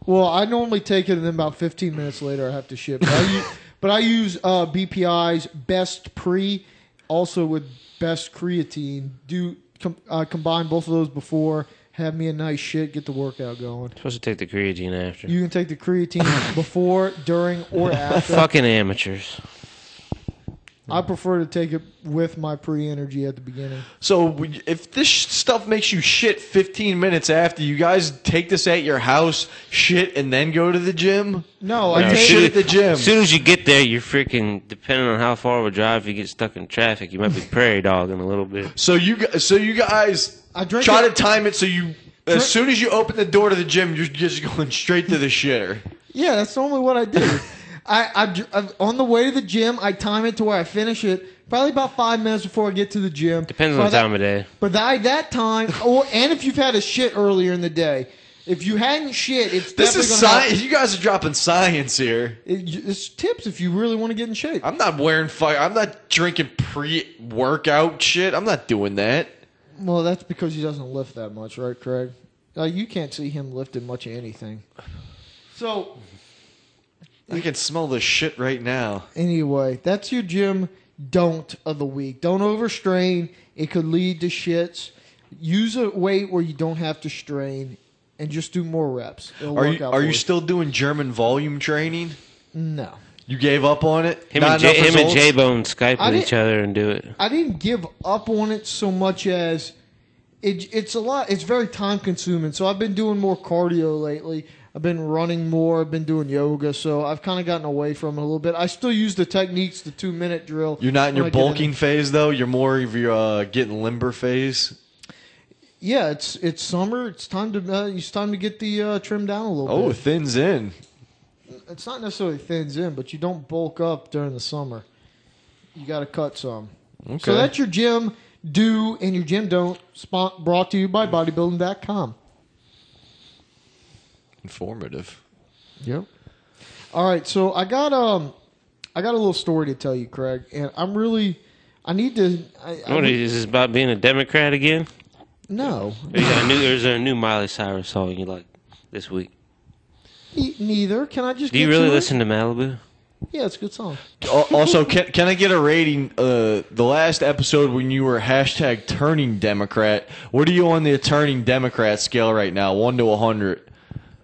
[SPEAKER 1] well, I normally take it, and then about 15 minutes later, I have to shit. But I use, but I use uh, BPI's Best Pre, also with Best Creatine. Do com- uh, combine both of those before. Have me a nice shit. Get the workout going.
[SPEAKER 3] Supposed to take the creatine after.
[SPEAKER 1] You can take the creatine before, during, or after.
[SPEAKER 3] fucking amateurs.
[SPEAKER 1] I prefer to take it with my pre-energy at the beginning.
[SPEAKER 2] So we- if this sh- stuff makes you shit 15 minutes after, you guys take this at your house, shit, and then go to the gym.
[SPEAKER 1] No,
[SPEAKER 2] Or
[SPEAKER 1] I
[SPEAKER 2] you
[SPEAKER 1] take-
[SPEAKER 2] shit at the gym.
[SPEAKER 3] As soon as you get there, you're freaking. Depending on how far of a drive you get stuck in traffic, you might be prairie dogging a little bit.
[SPEAKER 2] So you gu- so you guys
[SPEAKER 1] I drink
[SPEAKER 2] try
[SPEAKER 1] it-
[SPEAKER 2] to time it so you as soon as you open the door to the gym, you're just going straight to the shitter.
[SPEAKER 1] Yeah, that's normally what I do. I, I dr- I'm- on the way to the gym, I time it to where I finish it probably about five minutes before I get to the gym.
[SPEAKER 3] Depends
[SPEAKER 1] By
[SPEAKER 3] on the
[SPEAKER 1] that-
[SPEAKER 3] time of day.
[SPEAKER 1] But by that time, or and if you've had a shit earlier in the day, if you hadn't shit, it's
[SPEAKER 2] This
[SPEAKER 1] definitely
[SPEAKER 2] is
[SPEAKER 1] gonna
[SPEAKER 2] science. You guys are dropping science here.
[SPEAKER 1] help. It- it's tips if you really want to get in shape.
[SPEAKER 2] I'm not wearing fire. I'm not drinking pre-workout shit. I'm not doing that.
[SPEAKER 1] Well, that's because he doesn't lift that much, right, Craig? Uh, you can't see him lifting much of anything. So
[SPEAKER 2] I can smell this shit right now.
[SPEAKER 1] Anyway, that's your gym don't of the week. Don't overstrain. It could lead to shits. Use a weight where you don't have to strain and just do more reps. It'll
[SPEAKER 2] Are
[SPEAKER 1] work
[SPEAKER 2] you
[SPEAKER 1] out
[SPEAKER 2] are
[SPEAKER 1] for
[SPEAKER 2] you still doing German volume training?
[SPEAKER 1] No.
[SPEAKER 2] You gave up on it.
[SPEAKER 3] Him
[SPEAKER 2] Not
[SPEAKER 3] and J,
[SPEAKER 2] enough
[SPEAKER 3] him and
[SPEAKER 2] results?
[SPEAKER 3] J Bone Skype
[SPEAKER 1] I
[SPEAKER 3] with
[SPEAKER 1] didn't-
[SPEAKER 3] each other and do it.
[SPEAKER 1] I didn't give up on it so much as it, it's a lot. It's very time consuming. So I've been doing more cardio lately. I've been running more. I've been doing yoga. So I've kind of gotten away from it a little bit. I still use the techniques, the two minute drill.
[SPEAKER 2] You're not in
[SPEAKER 1] when I
[SPEAKER 2] your
[SPEAKER 1] get in
[SPEAKER 2] bulking phase though. You're more of your uh, getting limber phase.
[SPEAKER 1] Yeah, it's it's summer. It's time to uh, it's time to get the uh, trim down a little
[SPEAKER 2] Oh,
[SPEAKER 1] bit.
[SPEAKER 2] thins in.
[SPEAKER 1] It's not necessarily thins in, but you don't bulk up during the summer. You got to cut some.
[SPEAKER 2] Okay.
[SPEAKER 1] So that's your gym do and your gym don't. Spot brought to you by bodybuilding.com.
[SPEAKER 2] informative.
[SPEAKER 1] Yep. All right, so I got um I got a little story to tell you, Craig, and I'm really I need to I, I
[SPEAKER 3] What is this about being a Democrat again?
[SPEAKER 1] no.
[SPEAKER 3] Or you got a new, or is there a new Miley Cyrus song you like this week?
[SPEAKER 1] E- neither. Can I just
[SPEAKER 3] Do you
[SPEAKER 1] get
[SPEAKER 3] really
[SPEAKER 1] to it?
[SPEAKER 3] listen to Malibu?
[SPEAKER 1] Yeah, it's a good song.
[SPEAKER 2] Al- also, can, can I get a rating? Uh, the last episode when you were hashtag turning Democrat, what are you on the turning Democrat scale right now? One to a hundred.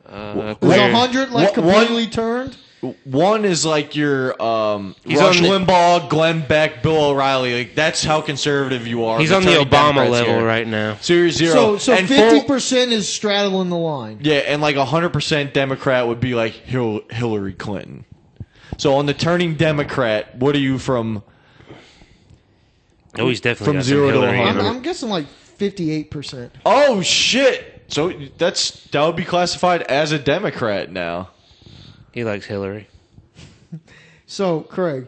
[SPEAKER 3] Uh,
[SPEAKER 1] Was
[SPEAKER 2] Wait,
[SPEAKER 1] a 100 like
[SPEAKER 2] what- what-
[SPEAKER 1] completely turned?
[SPEAKER 2] One is like your um,
[SPEAKER 3] He's
[SPEAKER 2] Rush
[SPEAKER 3] on the-
[SPEAKER 2] Limbaugh, Glenn Beck, Bill O'Reilly. Like that's how conservative you are.
[SPEAKER 3] He's on the
[SPEAKER 2] turning
[SPEAKER 3] Obama
[SPEAKER 2] Democrat
[SPEAKER 3] level
[SPEAKER 2] scale.
[SPEAKER 3] right now.
[SPEAKER 2] So you're zero.
[SPEAKER 1] So, so
[SPEAKER 2] And full-
[SPEAKER 1] fifty percent is straddling the line.
[SPEAKER 2] Yeah, and like 100% Democrat would be like Hil- Hillary Clinton. So on the turning Democrat, what are you from?
[SPEAKER 3] Oh, he's definitely
[SPEAKER 2] From
[SPEAKER 3] got
[SPEAKER 2] zero to
[SPEAKER 3] some Hillary in
[SPEAKER 2] 100.
[SPEAKER 1] I'm,
[SPEAKER 3] him.
[SPEAKER 1] I'm guessing like fifty-eight percent.
[SPEAKER 2] Oh shit. So that's that would be classified as a Democrat now.
[SPEAKER 3] He likes Hillary.
[SPEAKER 1] So, Craig,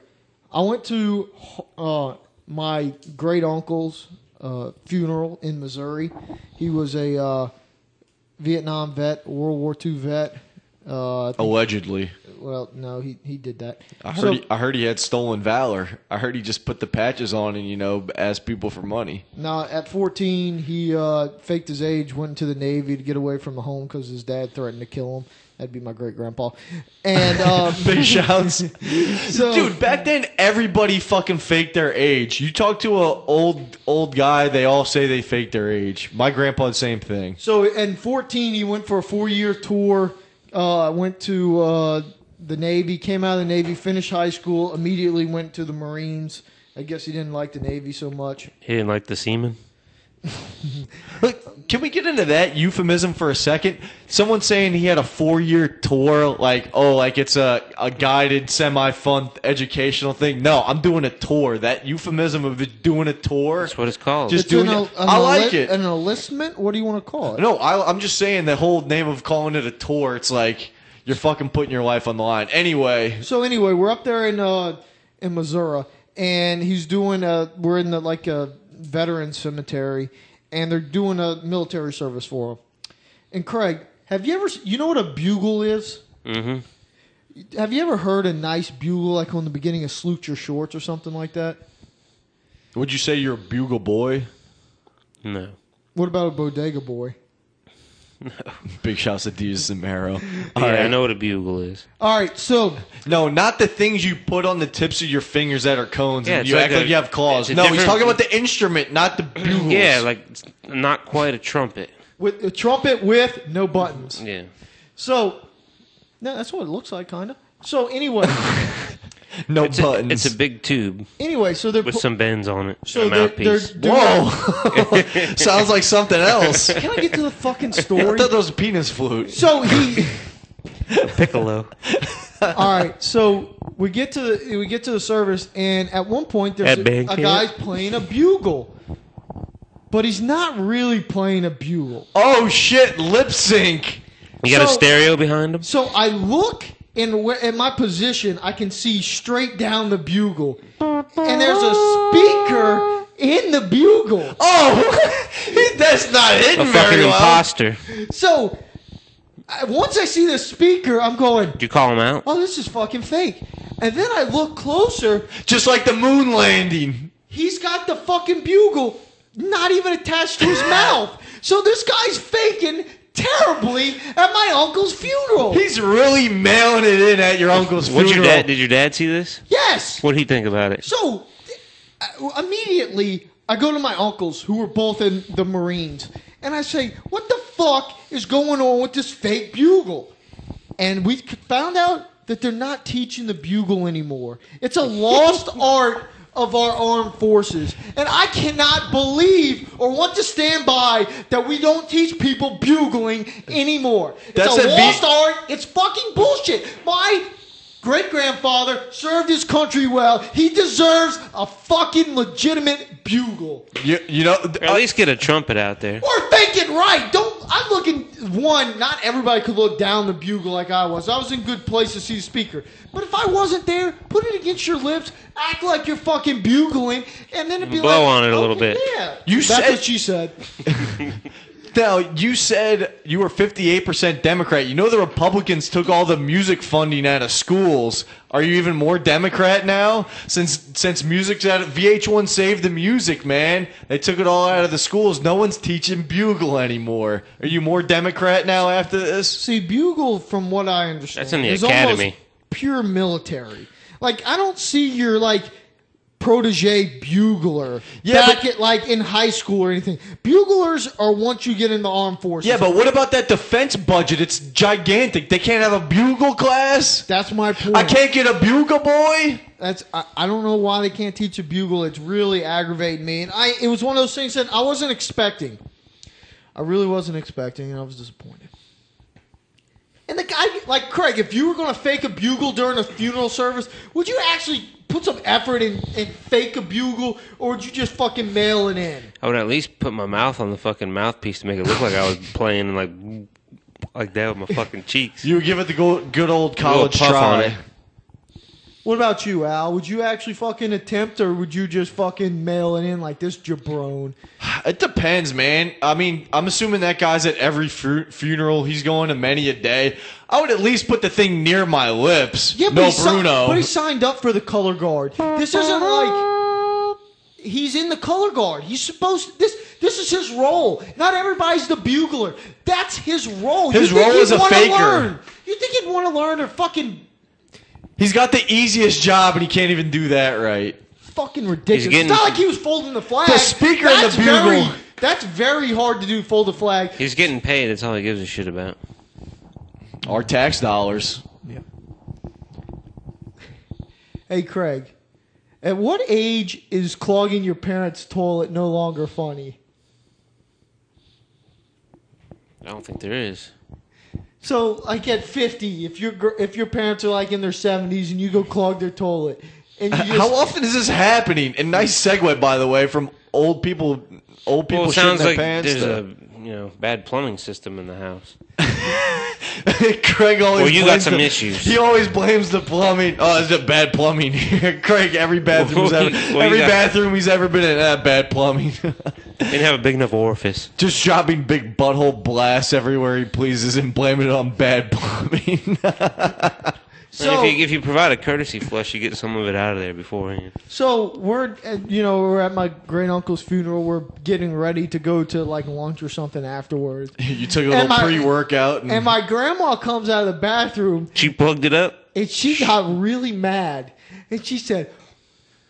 [SPEAKER 1] I went to uh, my great uncle's uh, funeral in Missouri. He was a uh, Vietnam vet, World War II vet. Uh, I think-
[SPEAKER 2] Allegedly,
[SPEAKER 1] Well, no, he, he did that.
[SPEAKER 2] I heard
[SPEAKER 1] So-
[SPEAKER 2] he, I heard he had stolen valor. I heard he just put the patches on and you know asked people for money.
[SPEAKER 1] Now, at 14, he uh, faked his age, went into the Navy to get away from the home because his dad threatened to kill him. That'd be my great grandpa. And um,
[SPEAKER 2] Big shouts,
[SPEAKER 1] So-
[SPEAKER 2] dude. Back then, everybody fucking faked their age. You talk to a old old guy, they all say they faked their age. My grandpa, same thing.
[SPEAKER 1] so, and 14, he went for a four year tour, uh, went to uh, the Navy, came out of the Navy, finished high school, immediately went to the Marines. I guess he didn't like the Navy so much.
[SPEAKER 3] He didn't like the semen.
[SPEAKER 2] Look, can we get into that euphemism for a second? Someone saying he had a four-year tour, like oh, like it's a, a guided, semi-fun educational thing. No, I'm doing a tour. That euphemism of doing a tour.
[SPEAKER 3] That's what it's called.
[SPEAKER 2] Just- doing
[SPEAKER 1] el-
[SPEAKER 2] it- I like it.
[SPEAKER 1] An enlistment? What do you want to call it?
[SPEAKER 2] No, I, I'm just saying the whole name of calling it a tour. It's like you're fucking putting your life on the line. Anyway,
[SPEAKER 1] So anyway, we're up there in uh, in Missouri, and he's doing a. We're in the like a veteran cemetery, and they're doing a military service for him. And Craig, have you ever? s- You know what a bugle is?
[SPEAKER 3] mm-hmm.
[SPEAKER 1] Have you ever heard a nice bugle like on the beginning of "Salute Your Shorts" or something like that?
[SPEAKER 2] would you say you're a bugle boy?
[SPEAKER 3] No.
[SPEAKER 1] What about a bodega boy?
[SPEAKER 2] Big shouts to Diaz Zamero.
[SPEAKER 3] yeah,
[SPEAKER 2] All right.
[SPEAKER 3] I know what a bugle is.
[SPEAKER 1] All right, so
[SPEAKER 2] No, not the things you put on the tips of your fingers that are cones
[SPEAKER 3] Yeah,
[SPEAKER 2] and
[SPEAKER 3] it's
[SPEAKER 2] you
[SPEAKER 3] like
[SPEAKER 2] act
[SPEAKER 3] a-
[SPEAKER 2] like you have claws.
[SPEAKER 3] it's
[SPEAKER 2] No,
[SPEAKER 3] a
[SPEAKER 2] he's
[SPEAKER 3] different-
[SPEAKER 2] talking about the instrument, not the bugles.
[SPEAKER 3] Yeah, like it's not quite a trumpet.
[SPEAKER 1] with a trumpet with no buttons.
[SPEAKER 3] Yeah.
[SPEAKER 1] So, no, that's what it looks like, kinda. So anyway,
[SPEAKER 2] no
[SPEAKER 3] It's a,
[SPEAKER 2] buttons.
[SPEAKER 3] it's a big tube
[SPEAKER 1] anyway, so they're
[SPEAKER 3] with
[SPEAKER 1] pu-
[SPEAKER 3] some bends on it.
[SPEAKER 1] so
[SPEAKER 3] a
[SPEAKER 1] they're, they're
[SPEAKER 3] mouthpiece.
[SPEAKER 1] doing-
[SPEAKER 2] Whoa! Sounds like something else. I
[SPEAKER 1] Can I get to the fucking
[SPEAKER 2] thought
[SPEAKER 1] story?
[SPEAKER 2] that was a penis flute.
[SPEAKER 1] So he.
[SPEAKER 3] Piccolo.
[SPEAKER 1] All right. So we get to the we get to the service, and at one point there's
[SPEAKER 3] At
[SPEAKER 1] a,
[SPEAKER 3] band
[SPEAKER 1] a
[SPEAKER 3] camp?
[SPEAKER 1] guy's playing a bugle, but he's not really playing a bugle.
[SPEAKER 2] Oh shit! Lip sync.
[SPEAKER 3] You got a
[SPEAKER 1] So-
[SPEAKER 3] stereo behind him?
[SPEAKER 1] So I look and where in my position, I can see straight down the bugle, and there's a speaker in the bugle.
[SPEAKER 2] Oh, that's not
[SPEAKER 3] A
[SPEAKER 2] hidden
[SPEAKER 3] fucking
[SPEAKER 2] very well.
[SPEAKER 3] imposter.
[SPEAKER 1] So I, once I see the speaker, I'm going,
[SPEAKER 3] Did you call him out?
[SPEAKER 1] "Oh, this is fucking fake." And then I look closer,
[SPEAKER 2] Just like the moon landing.
[SPEAKER 1] He's got the fucking bugle not even attached to his mouth. So this guy's faking terribly at my uncle's funeral.
[SPEAKER 2] He's really mailing it in at your uncle's
[SPEAKER 3] What's your
[SPEAKER 2] funeral.
[SPEAKER 3] dad? Did your dad see this?
[SPEAKER 1] yes.
[SPEAKER 3] What'd he think about it?
[SPEAKER 1] So I- immediately I go to my uncles who were both in the Marines and I say, "What the fuck is going on with this fake bugle?" And we c- found out that they're not teaching the bugle anymore. It's a lost art of our armed forces. And I cannot believe or want to stand by that we don't teach people bugling anymore. It's
[SPEAKER 2] That's
[SPEAKER 1] a
[SPEAKER 2] a be-
[SPEAKER 1] lost art. It's fucking bullshit. My great grandfather served his country well. He deserves a fucking legitimate bugle.
[SPEAKER 2] you, you know, th-
[SPEAKER 3] Or at least get a trumpet out there.
[SPEAKER 1] We're thinking right. Don't I'm looking one, not everybody could look down the bugle like I was. I was in good place to see the speaker. But if I wasn't there, put it against your lips, act like you're fucking bugling, and then it'd be
[SPEAKER 3] Blow
[SPEAKER 1] like
[SPEAKER 3] on it a little
[SPEAKER 1] okay,
[SPEAKER 3] bit.
[SPEAKER 1] Yeah.
[SPEAKER 2] You
[SPEAKER 1] That's
[SPEAKER 2] said-
[SPEAKER 1] what she said.
[SPEAKER 2] Now, you said you were 58% Democrat. You know the Republicans took all the music funding out of schools. Are you even more Democrat now? Since since music's out of VH1 saved the music, man. They took it all out of the schools. No one's teaching bugle anymore. Are you more Democrat now after this?
[SPEAKER 1] See, bugle, from what I understand,
[SPEAKER 3] That's in the
[SPEAKER 1] is
[SPEAKER 3] academy.
[SPEAKER 1] almost pure military. Like I don't see your like protege bugler
[SPEAKER 2] Yeah,
[SPEAKER 1] back
[SPEAKER 2] but-
[SPEAKER 1] at like in high school or anything. Buglers are once you get in the armed forces.
[SPEAKER 2] Yeah, but what about that defense budget? It's gigantic. They can't have a bugle class?
[SPEAKER 1] that's my point.
[SPEAKER 2] I can't get a bugle boy?
[SPEAKER 1] That's I, I don't know why they can't teach a bugle. It's really aggravating me, and I it was one of those things that I wasn't expecting. I really wasn't expecting, and I was disappointed. And the guy, like Craig, if you were going to fake a bugle during a funeral service, would you actually put some effort in and fake a bugle, or would you just fucking mail it in?
[SPEAKER 3] I would at least put my mouth on the fucking mouthpiece to make it look like I was playing like like that with my fucking cheeks.
[SPEAKER 2] You would give it the go- good old college
[SPEAKER 3] puff
[SPEAKER 2] try.
[SPEAKER 3] on it.
[SPEAKER 1] What about you, Al? Would you actually fucking attempt, or would you just fucking mail it in like this jabron?
[SPEAKER 2] It depends, man. I mean, I'm assuming that guy's at every fu- funeral. He's going to many a day. I would at least put the thing near my lips.
[SPEAKER 1] Yeah, but,
[SPEAKER 2] no,
[SPEAKER 1] he si-
[SPEAKER 2] Bruno.
[SPEAKER 1] but he signed up for the color guard. This isn't like he's in the color guard. He's supposed this. This is his role. Not everybody's the bugler. That's his role.
[SPEAKER 2] His
[SPEAKER 1] think
[SPEAKER 2] role
[SPEAKER 1] he'd
[SPEAKER 2] is a
[SPEAKER 1] wanna
[SPEAKER 2] faker.
[SPEAKER 1] Learn. You think he'd want to learn or fucking
[SPEAKER 2] He's got the easiest job, and he can't even do that right.
[SPEAKER 1] fucking ridiculous?
[SPEAKER 3] He's getting-
[SPEAKER 1] it's not like he was folding the flag.
[SPEAKER 2] The speaker and the
[SPEAKER 1] That's
[SPEAKER 2] bugle.
[SPEAKER 1] Very, that's very hard to do. Fold the flag.
[SPEAKER 3] He's getting paid. That's all he gives a shit about.
[SPEAKER 2] Our tax dollars.
[SPEAKER 1] Hey, Craig. At what age is clogging your parents' toilet no longer funny?
[SPEAKER 3] I don't think there is.
[SPEAKER 1] So, like at fifty, if your gr- if your parents are like in their seventies and you go clog their toilet, and
[SPEAKER 3] Uh,
[SPEAKER 1] you just,
[SPEAKER 2] How often is this happening? And nice segue, by the way, from old people. Old people
[SPEAKER 3] Well, it
[SPEAKER 2] shitting
[SPEAKER 3] sounds
[SPEAKER 2] their
[SPEAKER 3] like
[SPEAKER 2] pants.
[SPEAKER 3] there's
[SPEAKER 2] to-
[SPEAKER 3] a you know bad plumbing system in the house.
[SPEAKER 2] Craig always.
[SPEAKER 3] Well, you got
[SPEAKER 2] blames
[SPEAKER 3] some
[SPEAKER 2] the-
[SPEAKER 3] issues.
[SPEAKER 2] He always blames the plumbing. Oh, is it bad plumbing here? Craig, every bathroom he's
[SPEAKER 3] Well,
[SPEAKER 2] ever,
[SPEAKER 3] you- well, you
[SPEAKER 2] every
[SPEAKER 3] got-
[SPEAKER 2] bathroom he's ever been in, ah, bad plumbing.
[SPEAKER 3] Didn't have a big enough orifice.
[SPEAKER 2] Just dropping big butthole blasts everywhere he pleases and blaming it on bad plumbing.
[SPEAKER 1] so
[SPEAKER 3] and if you if you provide a courtesy flush, you get some of it out of there beforehand.
[SPEAKER 1] So we're, at- you know, we're at my great uncle's funeral. We're getting ready to go to like lunch or something afterwards.
[SPEAKER 2] you took a little
[SPEAKER 1] my-
[SPEAKER 2] pre-workout and,
[SPEAKER 1] And my grandma comes out of the bathroom
[SPEAKER 3] She plugged it up.
[SPEAKER 1] and she got really mad. And she said,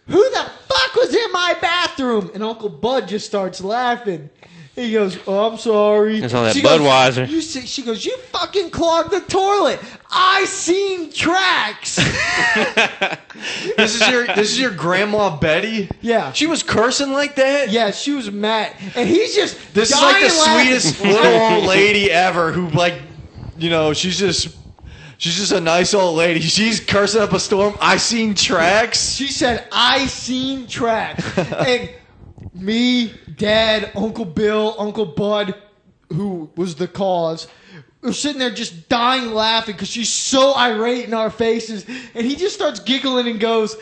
[SPEAKER 1] Who the fuck was in my bathroom? And Uncle Bud just starts laughing. He goes, Oh, I'm sorry.
[SPEAKER 3] It's all that
[SPEAKER 1] She goes,
[SPEAKER 3] Budweiser.
[SPEAKER 1] you see, she goes, You fucking clogged the toilet. I seen tracks.
[SPEAKER 2] this is your this is your grandma Betty.
[SPEAKER 1] Yeah.
[SPEAKER 2] she was cursing like that.
[SPEAKER 1] yeah, she was mad. And he's just.
[SPEAKER 2] This is like the
[SPEAKER 1] dying laughing.
[SPEAKER 2] sweetest little old lady ever who like you know, she's just she's just a nice old lady. She's cursing up a storm. I seen tracks.
[SPEAKER 1] She said, I seen tracks. and me, Dad, Uncle Bill, Uncle Bud, who was the cause, were sitting there just dying laughing because she's so irate in our faces. And he just starts giggling and goes,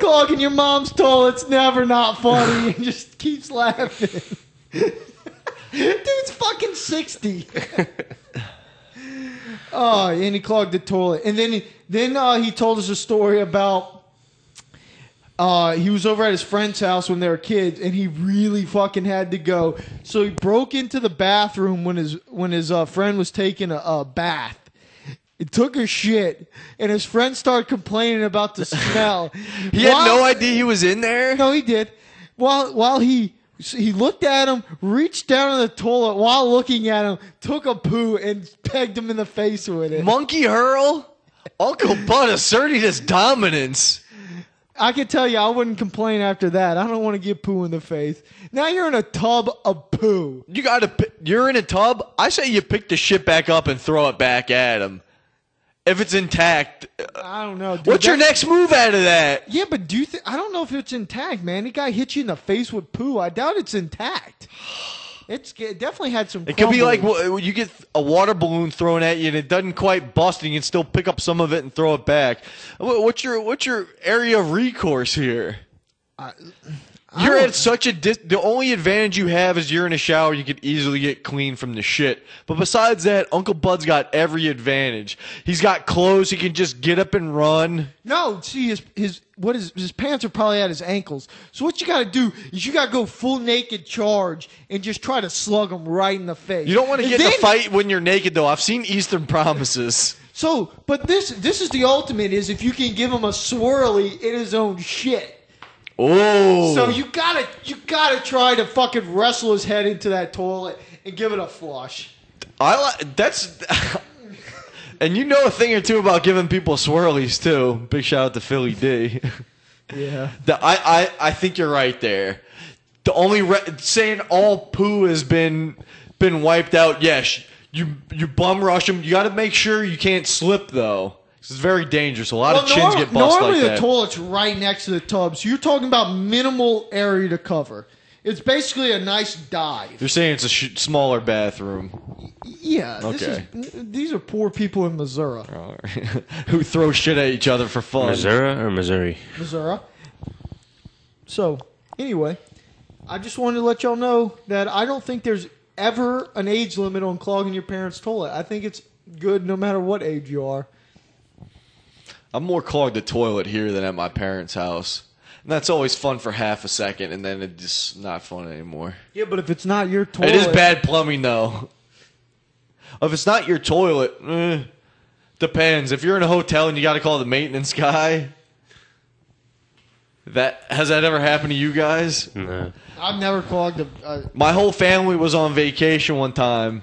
[SPEAKER 1] Clogging your mom's toilet's never not funny. And just keeps laughing. Dude's fucking 60. Oh, and he clogged the toilet. And then then uh, he told us a story about uh, he was over at his friend's house when they were kids, and he really fucking had to go. So he broke into the bathroom when his when his uh, friend was taking a, a bath. He took her shit, and his friend started complaining about the smell.
[SPEAKER 2] He had no idea he was in there.
[SPEAKER 1] No, he did. While while he he looked at him, reached down in the toilet while looking at him, took a poo and pegged him in the face with it.
[SPEAKER 2] Monkey hurl? Uncle Bud asserting his dominance.
[SPEAKER 1] I can tell you, I wouldn't complain after that. I don't want to get poo in the face. Now you're in a tub of poo.
[SPEAKER 2] You gotta pi- you're in a tub. I say you pick the shit back up and throw it back at him. If it's intact.
[SPEAKER 1] I don't know. dude.
[SPEAKER 2] What's your
[SPEAKER 1] That-
[SPEAKER 2] next move out of that?
[SPEAKER 1] Yeah, but do you think? I don't know if it's intact, man. The guy hit you in the face with poo. I doubt it's intact. It's it definitely had some.
[SPEAKER 2] It could be like
[SPEAKER 1] crumbles.
[SPEAKER 2] wh- you get a water balloon thrown at you and it doesn't quite bust, and you can still pick up some of it and throw it back. Wh- What's your what's your area of recourse here? You're
[SPEAKER 1] don't-
[SPEAKER 2] at such a dis- the only advantage you have is you're in a shower. You could easily get clean from the shit. But besides that, Uncle Bud's got every advantage. He's got clothes. He can just get up and run.
[SPEAKER 1] No, see his his what is his pants are probably at his ankles. So what you got to do is you got to go full naked charge and just try to slug him right in the face.
[SPEAKER 2] You don't want to
[SPEAKER 1] And
[SPEAKER 2] get in a
[SPEAKER 1] then-
[SPEAKER 2] fight when you're naked, though. I've seen Eastern Promises.
[SPEAKER 1] So, but this this is the ultimate is if you can give him a swirly in his own shit.
[SPEAKER 2] Oh,
[SPEAKER 1] So you gotta you gotta try to fucking wrestle his head into that toilet and give it a flush.
[SPEAKER 2] I li- that's and you know a thing or two about giving people swirlies too. Big shout out to Philly D.
[SPEAKER 1] Yeah.
[SPEAKER 2] The- I, I I think you're right there. The only re- saying all poo has been been wiped out. Yes, you you bum rush them. You got to make sure you can't slip though. 'Cause It's very dangerous. A lot
[SPEAKER 1] Well,
[SPEAKER 2] of chins
[SPEAKER 1] norm-
[SPEAKER 2] get bust
[SPEAKER 1] normally
[SPEAKER 2] like
[SPEAKER 1] the
[SPEAKER 2] that.
[SPEAKER 1] toilet's right next to the tub, so you're talking about minimal area to cover.
[SPEAKER 4] It's basically a nice dive.
[SPEAKER 2] You're saying it's a sh- smaller bathroom
[SPEAKER 1] Yeah. This
[SPEAKER 2] Okay.
[SPEAKER 1] is, n- these are poor people in Missouri.
[SPEAKER 2] All right. who throw shit at each other for fun.
[SPEAKER 3] Missouri or Missouri?
[SPEAKER 1] Missouri. So, anyway, I just wanted to let y'all know that I don't think there's ever an age limit on clogging your parents' toilet. I think it's good no matter what age you are.
[SPEAKER 2] I'm more clogged the toilet here than at my parents' house. And that's always fun for half a second, and then it's just not fun anymore.
[SPEAKER 1] Yeah, but if it's not your toilet,
[SPEAKER 2] It is bad plumbing, though. If it's not your toilet, eh, depends. If you're in a hotel and you got to call the maintenance guy, that has that ever happened to you guys?
[SPEAKER 3] No.
[SPEAKER 4] I've never clogged a. Uh,
[SPEAKER 2] My whole family was on vacation one time,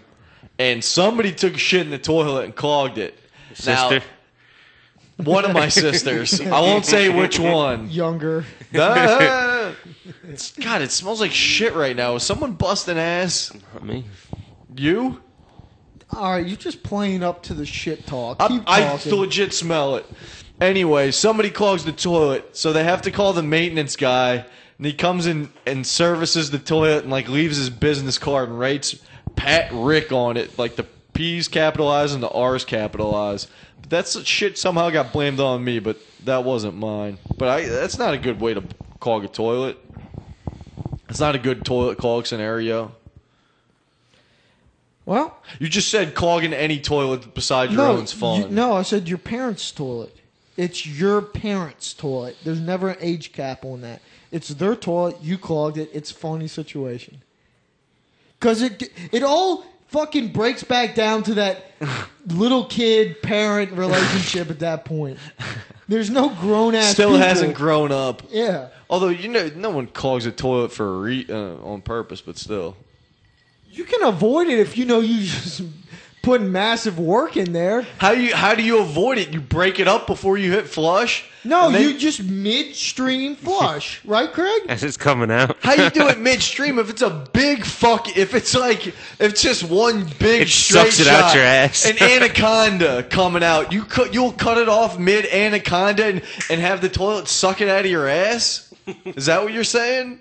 [SPEAKER 2] and somebody took shit in the toilet and clogged it.
[SPEAKER 3] Sister?
[SPEAKER 2] Now, one of my sisters. I won't say which one.
[SPEAKER 1] Younger.
[SPEAKER 2] Ah. It's- God, it smells like shit right now. Is someone busting ass?
[SPEAKER 3] Not me.
[SPEAKER 2] You?
[SPEAKER 1] All right, you're just playing up to the shit talk.
[SPEAKER 2] I,
[SPEAKER 1] Keep
[SPEAKER 2] I
[SPEAKER 1] talking.
[SPEAKER 2] legit smell it. Anyway, somebody clogs the toilet, so they have to call the maintenance guy, and he comes in and services the toilet and like leaves his business card and writes Pat Rick on it, like the P's capitalized and the R's capitalized. But that's shit somehow got blamed on me, but that wasn't mine. But I that's not a good way to clog a toilet. It's not a good toilet clog scenario.
[SPEAKER 1] well,
[SPEAKER 2] You just said clogging any toilet besides your
[SPEAKER 1] no,
[SPEAKER 2] own's fun.
[SPEAKER 1] you- no, I said your parents' toilet. It's your parents' toilet. There's never an age cap on that. It's their toilet. You clogged it. It's a funny situation. Cause it it all fucking breaks back down to that little kid parent relationship at that point. There's no grown ass.
[SPEAKER 2] Still hasn't grown up.
[SPEAKER 1] Yeah.
[SPEAKER 2] Although you know, no one clogs a toilet for a re- uh, on purpose, but still,
[SPEAKER 1] You can avoid it if you know you just putting massive work in there.
[SPEAKER 2] how you how do you avoid it? You break it up before you hit flush.
[SPEAKER 1] No,
[SPEAKER 2] and then-
[SPEAKER 1] you just midstream flush, right, Craig?
[SPEAKER 3] As it's coming out.
[SPEAKER 2] How you do it midstream if it's a big fuck? If it's like if it's just one big
[SPEAKER 3] It
[SPEAKER 2] straight
[SPEAKER 3] sucks it out
[SPEAKER 2] shot,
[SPEAKER 3] your ass.
[SPEAKER 2] an anaconda coming out. You cut you'll cut it off mid anaconda and, and have the toilet suck it out of your ass. Is that what you're saying?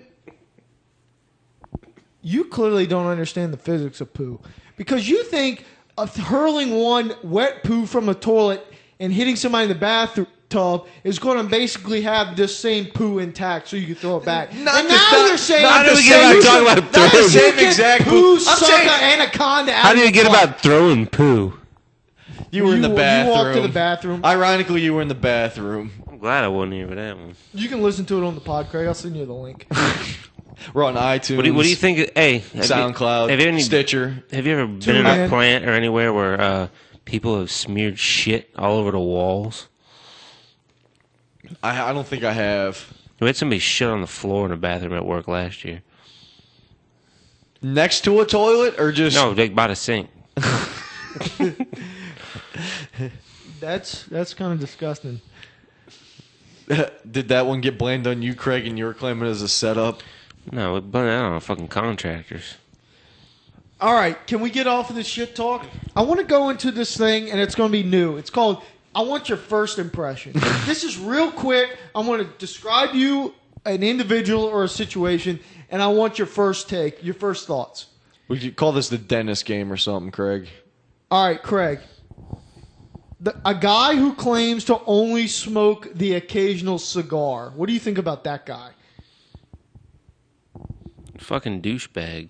[SPEAKER 1] You clearly don't understand the physics of poo because you think of hurling one wet poo from a toilet and hitting somebody in the bathtub is going to basically have this same poo intact, so you can throw it back. and
[SPEAKER 2] the
[SPEAKER 1] now
[SPEAKER 2] sa-
[SPEAKER 1] you're saying
[SPEAKER 2] not
[SPEAKER 3] do
[SPEAKER 2] the
[SPEAKER 3] we get
[SPEAKER 2] same-
[SPEAKER 3] back talking about
[SPEAKER 2] not the
[SPEAKER 3] throwing?
[SPEAKER 2] same
[SPEAKER 1] you
[SPEAKER 2] exact
[SPEAKER 1] can poo
[SPEAKER 2] poo. I'm
[SPEAKER 1] suck
[SPEAKER 2] saying-
[SPEAKER 1] an anaconda.
[SPEAKER 3] How do you get
[SPEAKER 1] about?
[SPEAKER 3] about throwing poo?
[SPEAKER 2] You were in the
[SPEAKER 1] You- you
[SPEAKER 2] bathroom.
[SPEAKER 1] walked to the bathroom.
[SPEAKER 2] Ironically, you were in the bathroom.
[SPEAKER 3] I'm glad I wasn't here for that one.
[SPEAKER 1] You can listen to it on the pod, Craig. I'll send you the link.
[SPEAKER 2] We're on iTunes.
[SPEAKER 3] What do you, what do you think? of- Hey, have you-
[SPEAKER 2] SoundCloud,
[SPEAKER 3] have you any-
[SPEAKER 2] Stitcher.
[SPEAKER 3] Have you ever been in
[SPEAKER 1] TuneIn.
[SPEAKER 3] a plant or anywhere where uh, people have smeared shit all over the walls?
[SPEAKER 2] I, I don't think I have.
[SPEAKER 3] We had somebody shit on the floor in the bathroom at work last year.
[SPEAKER 2] Next to a toilet or just
[SPEAKER 3] No, like by the sink.
[SPEAKER 1] That's that's kind of disgusting.
[SPEAKER 2] did that one get blamed on you, Craig, and you were claiming it as a setup?
[SPEAKER 3] No, we blame that on fucking contractors.
[SPEAKER 1] All right, can we get off of this shit talk? I want to go into this thing, and it's going to be new. It's called "I Want Your First Impression." this is real quick. I'm going to describe you an individual or a situation, and I want your first take, your first thoughts.
[SPEAKER 2] We could call this the dentist game or something, Craig.
[SPEAKER 1] All right, Craig. The, a guy who claims to only smoke the occasional cigar. What do you think about that guy,
[SPEAKER 3] Fucking douchebag.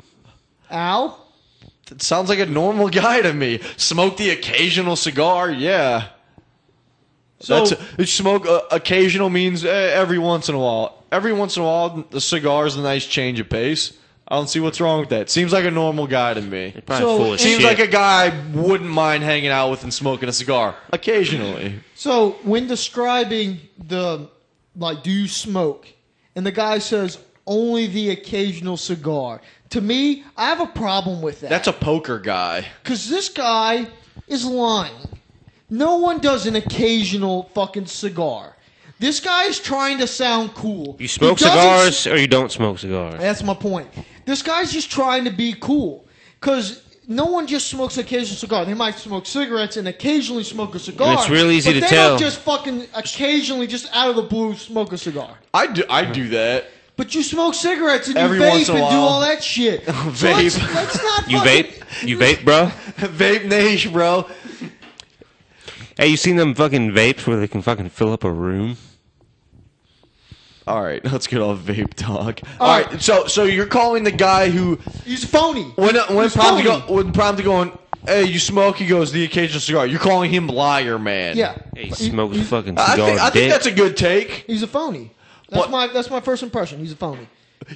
[SPEAKER 1] Al?
[SPEAKER 2] That sounds like a normal guy to me. Smoke the occasional cigar, yeah.
[SPEAKER 1] So-
[SPEAKER 2] That's smoke uh, occasional means eh, every once in a while. Every once in a while, the cigar's a nice change of pace. I don't see what's wrong with that. Seems like a normal guy to me.
[SPEAKER 3] They're probably
[SPEAKER 1] So,
[SPEAKER 3] full
[SPEAKER 1] it
[SPEAKER 3] of
[SPEAKER 2] Seems
[SPEAKER 3] shit.
[SPEAKER 2] like a guy I wouldn't mind hanging out with and smoking a cigar occasionally.
[SPEAKER 1] So when describing the like, do you smoke? And the guy says only the occasional cigar. To me, I have a problem with that.
[SPEAKER 2] That's a poker guy.
[SPEAKER 1] because this guy is lying. No one does an occasional fucking cigar. This guy is trying to sound cool.
[SPEAKER 3] you smoke
[SPEAKER 1] He doesn't
[SPEAKER 3] cigars or you don't smoke cigars.
[SPEAKER 1] That's my point. This guy's just trying to be cool because no one just smokes occasional cigar. They might smoke cigarettes and occasionally smoke a cigar.
[SPEAKER 3] And it's real easy
[SPEAKER 1] but
[SPEAKER 3] to
[SPEAKER 1] they
[SPEAKER 3] tell.
[SPEAKER 1] Don't just fucking occasionally, just out of the blue, smoke a cigar.
[SPEAKER 2] I do, I do that.
[SPEAKER 1] But you smoke cigarettes and you
[SPEAKER 2] Every
[SPEAKER 1] vape
[SPEAKER 2] once
[SPEAKER 1] and
[SPEAKER 2] in a
[SPEAKER 1] do
[SPEAKER 2] while.
[SPEAKER 1] all that shit.
[SPEAKER 2] Vape.
[SPEAKER 1] Let's, let's not.
[SPEAKER 3] You
[SPEAKER 1] fucking-
[SPEAKER 3] vape? You vape, bro?
[SPEAKER 2] Vape Nation, bro.
[SPEAKER 3] Hey, you seen them fucking vapes where they can fucking fill up a room?
[SPEAKER 2] All right, let's get off vape talk.
[SPEAKER 1] All
[SPEAKER 2] All right, so so you're calling the guy who
[SPEAKER 1] He's phony.
[SPEAKER 2] when uh, when
[SPEAKER 1] He's
[SPEAKER 2] prompt
[SPEAKER 1] phony.
[SPEAKER 2] go, when prompt going, hey, you smoke? He goes the occasional cigar. You're calling him liar, man.
[SPEAKER 1] Yeah.
[SPEAKER 3] Hey, he smokes a
[SPEAKER 1] he's,
[SPEAKER 3] fucking
[SPEAKER 2] I
[SPEAKER 3] cigar
[SPEAKER 2] think, I
[SPEAKER 3] dick.
[SPEAKER 2] think that's a good take.
[SPEAKER 1] He's a phony. That's
[SPEAKER 2] What?
[SPEAKER 1] my that's my first impression. He's a phony.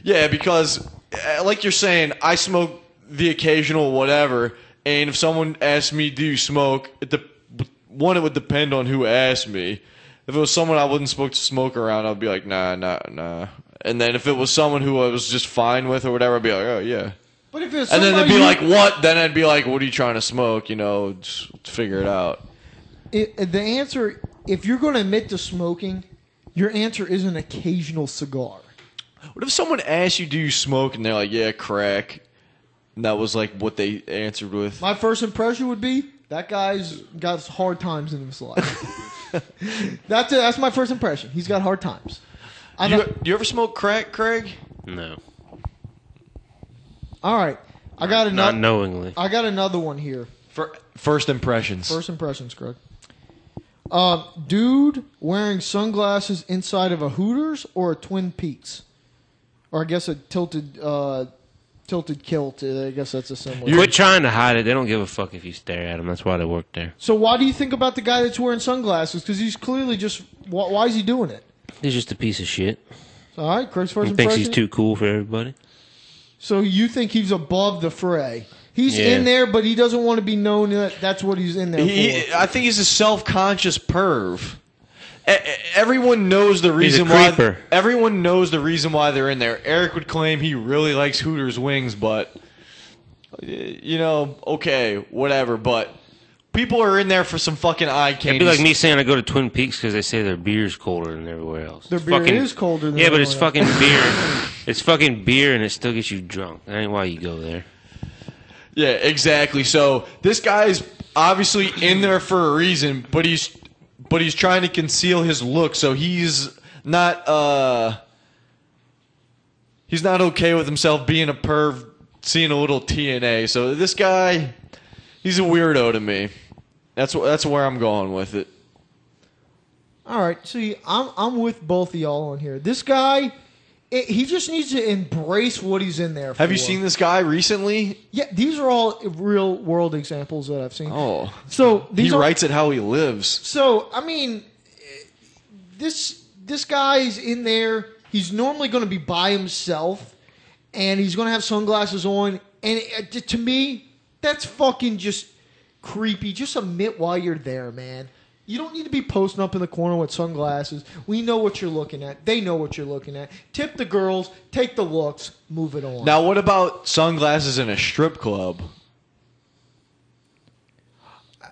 [SPEAKER 2] Yeah, because uh, like you're saying, I smoke the occasional whatever, and if someone asked me, "Do you smoke?" It de- one, it would depend on who asked me. If it was someone I wouldn't smoke to smoke around, I'd be like, "Nah, nah, nah." And then if it was someone who I was just fine with or whatever, I'd be like, "Oh yeah."
[SPEAKER 1] But if it's
[SPEAKER 2] And then they'd
[SPEAKER 1] somebody
[SPEAKER 2] be
[SPEAKER 1] who-
[SPEAKER 2] like, "What?" Then I'd be like, "What are you trying to smoke?" You know, just figure it out.
[SPEAKER 1] it, the answer, if you're going to admit to smoking, your answer is an occasional cigar.
[SPEAKER 2] What if someone asks you, "Do you smoke?" and they're like, "Yeah, crack." And that was like what they answered with.
[SPEAKER 1] My first impression would be that guy's got hard times in his life. that's it, that's my first impression. He's got hard times. I'm
[SPEAKER 2] You,
[SPEAKER 1] not-
[SPEAKER 2] you ever smoke crack, Craig?
[SPEAKER 3] no.
[SPEAKER 1] all right, I got
[SPEAKER 3] Not
[SPEAKER 1] another.
[SPEAKER 3] knowingly.
[SPEAKER 1] I got another one here.
[SPEAKER 2] For, first impressions.
[SPEAKER 1] First impressions, Greg. Um, dude wearing sunglasses inside of a Hooters or a Twin Peaks, or I guess a tilted uh, tilted kilt. I guess that's a similar.
[SPEAKER 3] Quit trying to hide it. They don't give a fuck if you stare at them. That's why they work there.
[SPEAKER 1] So why do you think about the guy that's wearing sunglasses? Because he's clearly just. Why, why is he doing it?
[SPEAKER 3] He's just a piece of shit.
[SPEAKER 1] All right, Craig's first
[SPEAKER 3] He thinks
[SPEAKER 1] impression.
[SPEAKER 3] he's too cool for everybody.
[SPEAKER 1] so you think he's above the fray? He's
[SPEAKER 3] Yeah.
[SPEAKER 1] in there, but he doesn't want to be known that that's what he's in there
[SPEAKER 2] He,
[SPEAKER 1] for.
[SPEAKER 2] I think he's a self-conscious perv. E- e- Everyone knows the
[SPEAKER 3] He's a
[SPEAKER 2] reason why.
[SPEAKER 3] creeper.
[SPEAKER 2] Everyone knows the reason why they're in there. Eric would claim he really likes Hooters wings, but uh, you know, okay, whatever. But people are in there for some fucking eye
[SPEAKER 3] It'd
[SPEAKER 2] candy.
[SPEAKER 3] be like me saying I go to Twin Peaks because they say their beer's colder than everywhere else.
[SPEAKER 1] Their
[SPEAKER 3] It's
[SPEAKER 1] beer is colder than
[SPEAKER 3] Yeah, but it's
[SPEAKER 1] everywhere
[SPEAKER 3] fucking beer. It's fucking beer, and it still gets you drunk. That ain't why you go there.
[SPEAKER 2] Yeah, exactly. So this guy's obviously in there for a reason, but he's but he's trying to conceal his look, so he's not uh he's not okay with himself being a perv, seeing a little TNA. So this guy, he's a weirdo to me. That's wh- that's where I'm going with it.
[SPEAKER 1] All right, see, I'm I'm with both of y'all on here. This guy, it, he just needs to embrace what he's in there. for.
[SPEAKER 2] Have you seen this guy recently?
[SPEAKER 1] Yeah, these are all real world examples that I've seen.
[SPEAKER 2] Oh,
[SPEAKER 1] so
[SPEAKER 2] he
[SPEAKER 1] these are
[SPEAKER 2] writes it how he lives.
[SPEAKER 1] So I mean, eh, this this guy's in there. He's normally going to be by himself, and he's going to have sunglasses on. And it, eh, to me, that's fucking just creepy. Just admit while you're there, man. You don't need to be posting up in the corner with sunglasses. We know what you're looking at. They know what you're looking at. Tip the girls, take the looks, move it on.
[SPEAKER 2] Now, what about sunglasses in a strip club?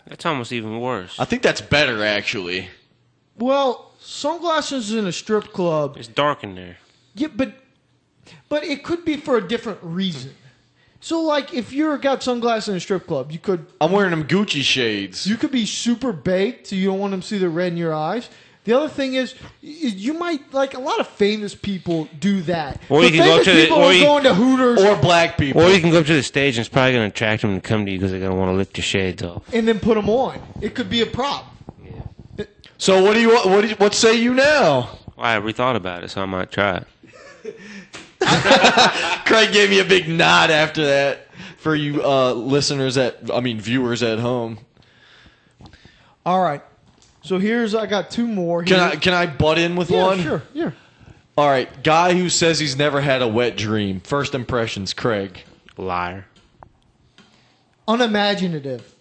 [SPEAKER 3] That's almost even worse.
[SPEAKER 2] I think that's better, actually.
[SPEAKER 1] well, sunglasses in a strip club
[SPEAKER 3] It's dark in there.
[SPEAKER 1] Yeah, but but it could be for a different reason. So like if you're got sunglasses in a strip club, you could
[SPEAKER 2] I'm wearing them Gucci shades.
[SPEAKER 1] you could be super baked, so you don't want them to see the red in your eyes. The other thing is, y- you might like a lot of famous people do that.
[SPEAKER 3] Or
[SPEAKER 1] the
[SPEAKER 3] you can go
[SPEAKER 1] famous
[SPEAKER 3] to the-
[SPEAKER 1] people
[SPEAKER 3] or
[SPEAKER 1] are
[SPEAKER 3] you-
[SPEAKER 1] going to Hooters
[SPEAKER 2] or black people.
[SPEAKER 3] Or you can go up to the stage, and it's probably going to attract them to come to you because they're going to want to lift your shades off.
[SPEAKER 1] and then put them on. It could be a prop.
[SPEAKER 2] so what do you what do you, what say you now?
[SPEAKER 3] Well, I rethought about it, so I might try it.
[SPEAKER 2] Craig gave me a big nod after that for you uh, listeners at I mean viewers at home.
[SPEAKER 1] All right. So here's I got two more.
[SPEAKER 2] Can
[SPEAKER 1] here.
[SPEAKER 2] I can I butt in with
[SPEAKER 1] yeah,
[SPEAKER 2] one?
[SPEAKER 1] Sure. Yeah.
[SPEAKER 2] All right, guy who says he's never had a wet dream. First impressions, Craig.
[SPEAKER 3] Liar.
[SPEAKER 1] unimaginative.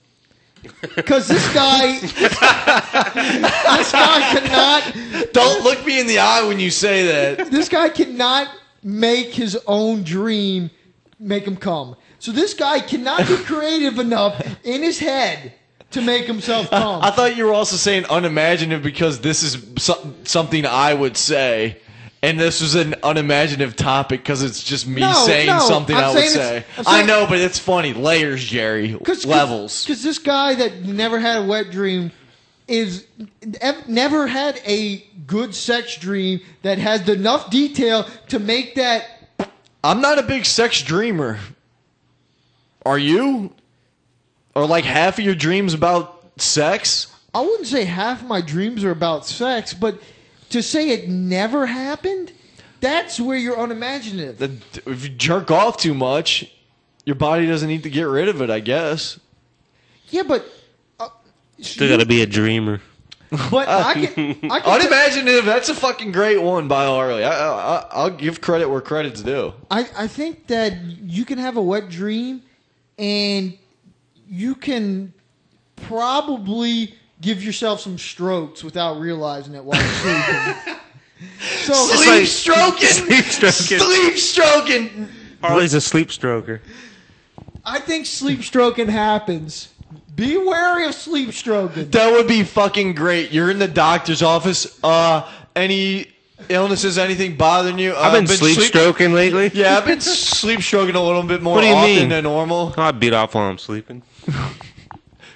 [SPEAKER 1] Because this guy, this guy cannot,
[SPEAKER 2] Don't look me in the eye when you say that.
[SPEAKER 1] this guy cannot make his own dream make him come. So this guy cannot be creative enough in his head to make himself come.
[SPEAKER 2] I thought you were also saying unimaginative because this is so- something I would say. And this was an unimaginative topic because it's just me
[SPEAKER 1] No,
[SPEAKER 2] saying
[SPEAKER 1] no,
[SPEAKER 2] something
[SPEAKER 1] I'm
[SPEAKER 2] i would
[SPEAKER 1] saying it's-
[SPEAKER 2] say.
[SPEAKER 1] I'm
[SPEAKER 2] I
[SPEAKER 1] saying-
[SPEAKER 2] know, but it's funny. Layers, Jerry. Levels.
[SPEAKER 1] Because this guy that never had a wet dream, is ev- never had a good sex dream that has enough detail to make that.
[SPEAKER 2] I'm not a big sex dreamer. Are you? Are like half of your dreams about sex?
[SPEAKER 1] I wouldn't say half my dreams are about sex, but to say it never happened, that's where you're unimaginative.
[SPEAKER 2] That- If you jerk off too much, your body doesn't need to get rid of it, I guess.
[SPEAKER 1] Yeah, but. Uh,
[SPEAKER 3] Still got to be a dreamer.
[SPEAKER 1] But
[SPEAKER 2] Uh,
[SPEAKER 1] I can. I can t-
[SPEAKER 2] Unimaginative, that's a fucking great one by Harley. I, I, I- I'll give credit where credit's due.
[SPEAKER 1] I, I think that you can have a wet dream and you can probably give yourself some strokes without realizing it while you're sleeping. so
[SPEAKER 2] Sleep stroking!
[SPEAKER 3] Sleep stroking.
[SPEAKER 2] Sleep stroking!
[SPEAKER 3] Harley's a sleep stroker.
[SPEAKER 1] I think sleep stroking happens. Be wary of sleep stroking.
[SPEAKER 2] That would be fucking great. You're in the doctor's office. Uh, any illnesses, anything bothering you? Uh,
[SPEAKER 3] I've been, sleep, stroking lately.
[SPEAKER 2] Yeah, I've been sleep stroking a little bit more
[SPEAKER 3] What do you
[SPEAKER 2] often
[SPEAKER 3] mean?
[SPEAKER 2] than normal.
[SPEAKER 3] I beat off while I'm sleeping.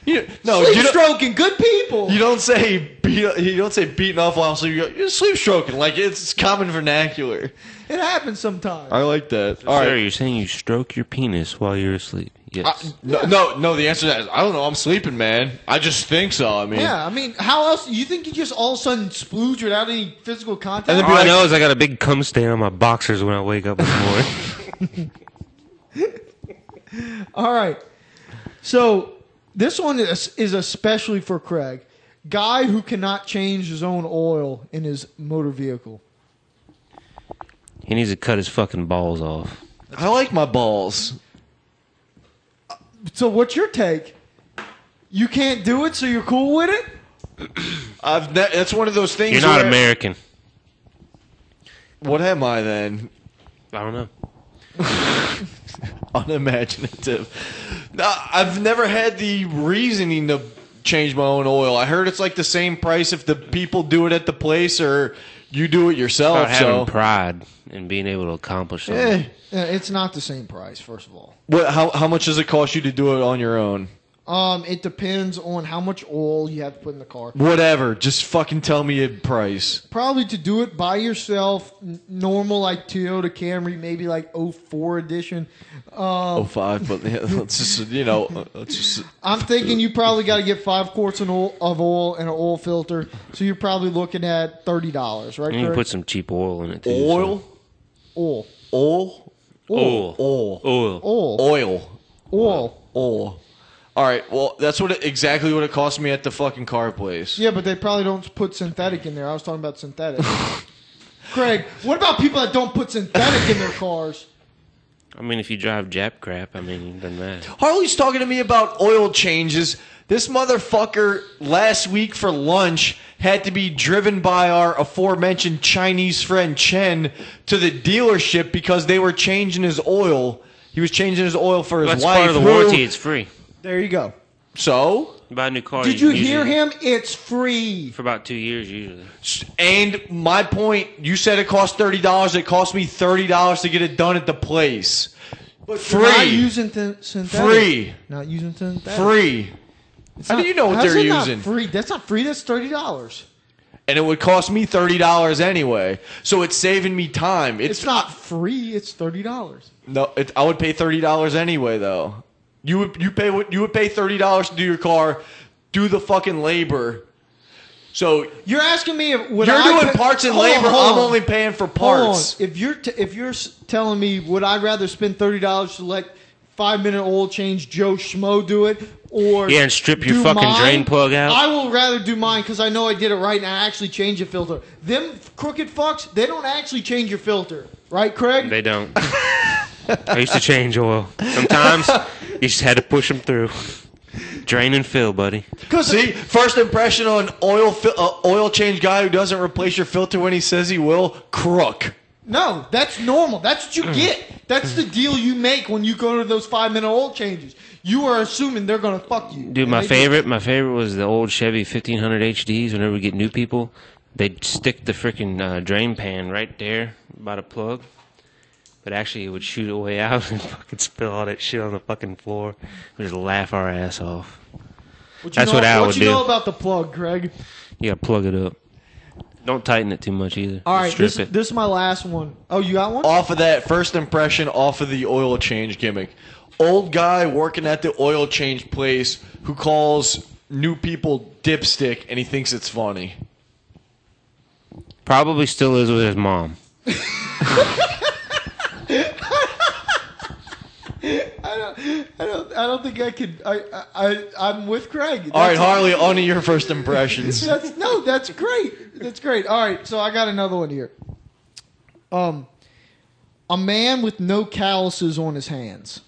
[SPEAKER 2] You, no,
[SPEAKER 1] sleep
[SPEAKER 2] you don't,
[SPEAKER 1] stroking, good people.
[SPEAKER 2] you don't say beat, you don't say beating off while sleeping. You go, You're sleep stroking like it's common vernacular.
[SPEAKER 1] it happens sometimes.
[SPEAKER 2] I like that. All
[SPEAKER 3] Sir,
[SPEAKER 2] right.
[SPEAKER 3] you're saying you stroke your penis while you're asleep.
[SPEAKER 2] I,
[SPEAKER 3] Yes.
[SPEAKER 2] no, no, no. The answer to that is I don't know. I'm sleeping, man. I just think so. I mean,
[SPEAKER 1] yeah, I mean, how else? You think you just all of a sudden splooge without any physical contact?
[SPEAKER 2] And then
[SPEAKER 3] All I know is I got a big cum stain on my boxers when I wake up in the morning.
[SPEAKER 1] All right. So this one is, is especially for Craig, guy who cannot change his own oil in his motor vehicle.
[SPEAKER 3] he needs to cut his fucking balls off.
[SPEAKER 2] I like my balls.
[SPEAKER 1] So what's your take? You can't do it, so you're cool with it?
[SPEAKER 2] I've ne- that's one of those things.
[SPEAKER 3] You're not
[SPEAKER 2] where-
[SPEAKER 3] American.
[SPEAKER 2] What am I then?
[SPEAKER 3] I don't know.
[SPEAKER 2] unimaginative. No, I've never had the reasoning to change my own oil. I heard it's like the same price if the people do it at the place or you do it yourself.
[SPEAKER 3] About having
[SPEAKER 2] So,
[SPEAKER 3] pride and being able to accomplish something.
[SPEAKER 2] eh.
[SPEAKER 1] Uh, It's not the same price, first of all.
[SPEAKER 2] What, how how much does it cost you to do it on your own?
[SPEAKER 1] Um, it depends on how much oil you have to put in the car.
[SPEAKER 2] Whatever. Just fucking tell me a price.
[SPEAKER 1] Probably to do it by yourself, n- normal like Toyota Camry, maybe like 04 edition. Um,
[SPEAKER 2] Oh five, but yeah, let's just you know, uh, let's just
[SPEAKER 1] I'm thinking you probably got to get five quarts of oil, of oil and an oil filter, so you're probably looking at thirty dollars, right?
[SPEAKER 3] And you
[SPEAKER 1] Kurt?
[SPEAKER 3] can put some cheap oil in it too. so-
[SPEAKER 2] oil,
[SPEAKER 1] oil,
[SPEAKER 2] oil,
[SPEAKER 3] Oil.
[SPEAKER 2] oil,
[SPEAKER 3] Oil.
[SPEAKER 1] oil,
[SPEAKER 2] oil,
[SPEAKER 1] oil.
[SPEAKER 2] oil. All right. Well, that's what it, exactly what it cost me at the fucking car place.
[SPEAKER 1] Yeah, but they probably don't put synthetic in there. I was talking about synthetic. Craig, what about people that don't put synthetic in their cars?
[SPEAKER 3] I mean, if you drive Jap crap, I mean, it doesn't matter.
[SPEAKER 2] Harley's talking to me about oil changes. This motherfucker last week for lunch had to be driven by our aforementioned Chinese friend Chen to the dealership because they were changing his oil. He was changing his oil for his
[SPEAKER 3] That's
[SPEAKER 2] wife.
[SPEAKER 3] part of the
[SPEAKER 2] who-
[SPEAKER 3] warranty. It's free.
[SPEAKER 1] There you go.
[SPEAKER 2] So,
[SPEAKER 3] You buy a new car.
[SPEAKER 1] Did you
[SPEAKER 3] usually-
[SPEAKER 1] hear him? It's free.
[SPEAKER 3] For about two years, usually.
[SPEAKER 2] and my point, you said it cost thirty dollars. It cost me thirty dollars to get it done at the place.
[SPEAKER 1] You're Not
[SPEAKER 2] free,
[SPEAKER 1] using th- synthetic.
[SPEAKER 2] free,
[SPEAKER 1] Not using synthetic.
[SPEAKER 2] free.
[SPEAKER 1] It's
[SPEAKER 2] How do
[SPEAKER 1] not-
[SPEAKER 2] you know what
[SPEAKER 1] how's
[SPEAKER 2] they're
[SPEAKER 1] it not
[SPEAKER 2] using?
[SPEAKER 1] free. That's not free. That's thirty dollars.
[SPEAKER 2] And it would cost me thirty dollars anyway. So it's saving me time. It's,
[SPEAKER 1] It's not free. It's thirty dollars.
[SPEAKER 2] No, it, I would pay thirty dollars anyway, though. You would you pay what you would pay thirty dollars to do your car, do the fucking labor. So
[SPEAKER 1] You're asking me if would
[SPEAKER 2] you're
[SPEAKER 1] I
[SPEAKER 2] doing
[SPEAKER 1] pay-
[SPEAKER 2] parts and
[SPEAKER 1] Hold on,
[SPEAKER 2] labor.
[SPEAKER 1] hold on.
[SPEAKER 2] I'm only paying for
[SPEAKER 1] Hold on.
[SPEAKER 2] parts.
[SPEAKER 1] If you're t- if you're s- telling me would I rather spend thirty dollars to let five minute oil change Joe Schmo do it or
[SPEAKER 3] Yeah, and strip your
[SPEAKER 1] do
[SPEAKER 3] fucking
[SPEAKER 1] mine,
[SPEAKER 3] drain plug out.
[SPEAKER 1] I will rather do mine because I know I did it right and I actually changed a filter. Them crooked fucks, they don't actually change your filter, right, Craig?
[SPEAKER 3] They don't. I used to change oil. Sometimes you just had to push them through. Drain and fill, buddy.
[SPEAKER 1] Because
[SPEAKER 2] See, first impression on oil fil- uh, oil change guy who doesn't replace your filter when he says he will, crook.
[SPEAKER 1] No, that's normal. That's what you
[SPEAKER 3] Mm.
[SPEAKER 1] get. That's the deal you make when you go to those five minute oil changes. You are assuming they're gonna fuck you.
[SPEAKER 3] Dude,
[SPEAKER 1] And
[SPEAKER 3] my
[SPEAKER 1] they do.
[SPEAKER 3] favorite, my favorite was the old Chevy 1500 HDs. Whenever we get new people, they'd stick the freaking uh, drain pan right there by the plug. But actually, it would shoot it way out and fucking spill all that shit on the fucking floor. We just laugh our ass off.
[SPEAKER 1] you
[SPEAKER 3] That's
[SPEAKER 1] know-
[SPEAKER 3] what I
[SPEAKER 1] what
[SPEAKER 3] would
[SPEAKER 1] you
[SPEAKER 3] do.
[SPEAKER 1] know about the plug, Craig?
[SPEAKER 3] You gotta plug it up. Don't tighten it too much either.
[SPEAKER 1] All right,
[SPEAKER 3] Strip
[SPEAKER 1] this,
[SPEAKER 3] it.
[SPEAKER 1] this is my last one. Oh, you got one?
[SPEAKER 2] off of that first impression, off of the oil change gimmick. Old guy working at the oil change place who calls new people dipstick and he thinks it's funny.
[SPEAKER 3] Probably still is with his mom.
[SPEAKER 1] I don't. I don't think I could. I. I. I- I'm with Craig.
[SPEAKER 2] All right,
[SPEAKER 1] That's-
[SPEAKER 2] Harley, on to your first impressions.
[SPEAKER 1] That's no. That's great. That's great. All right. So I got another one here. Um, a man with no calluses on his hands.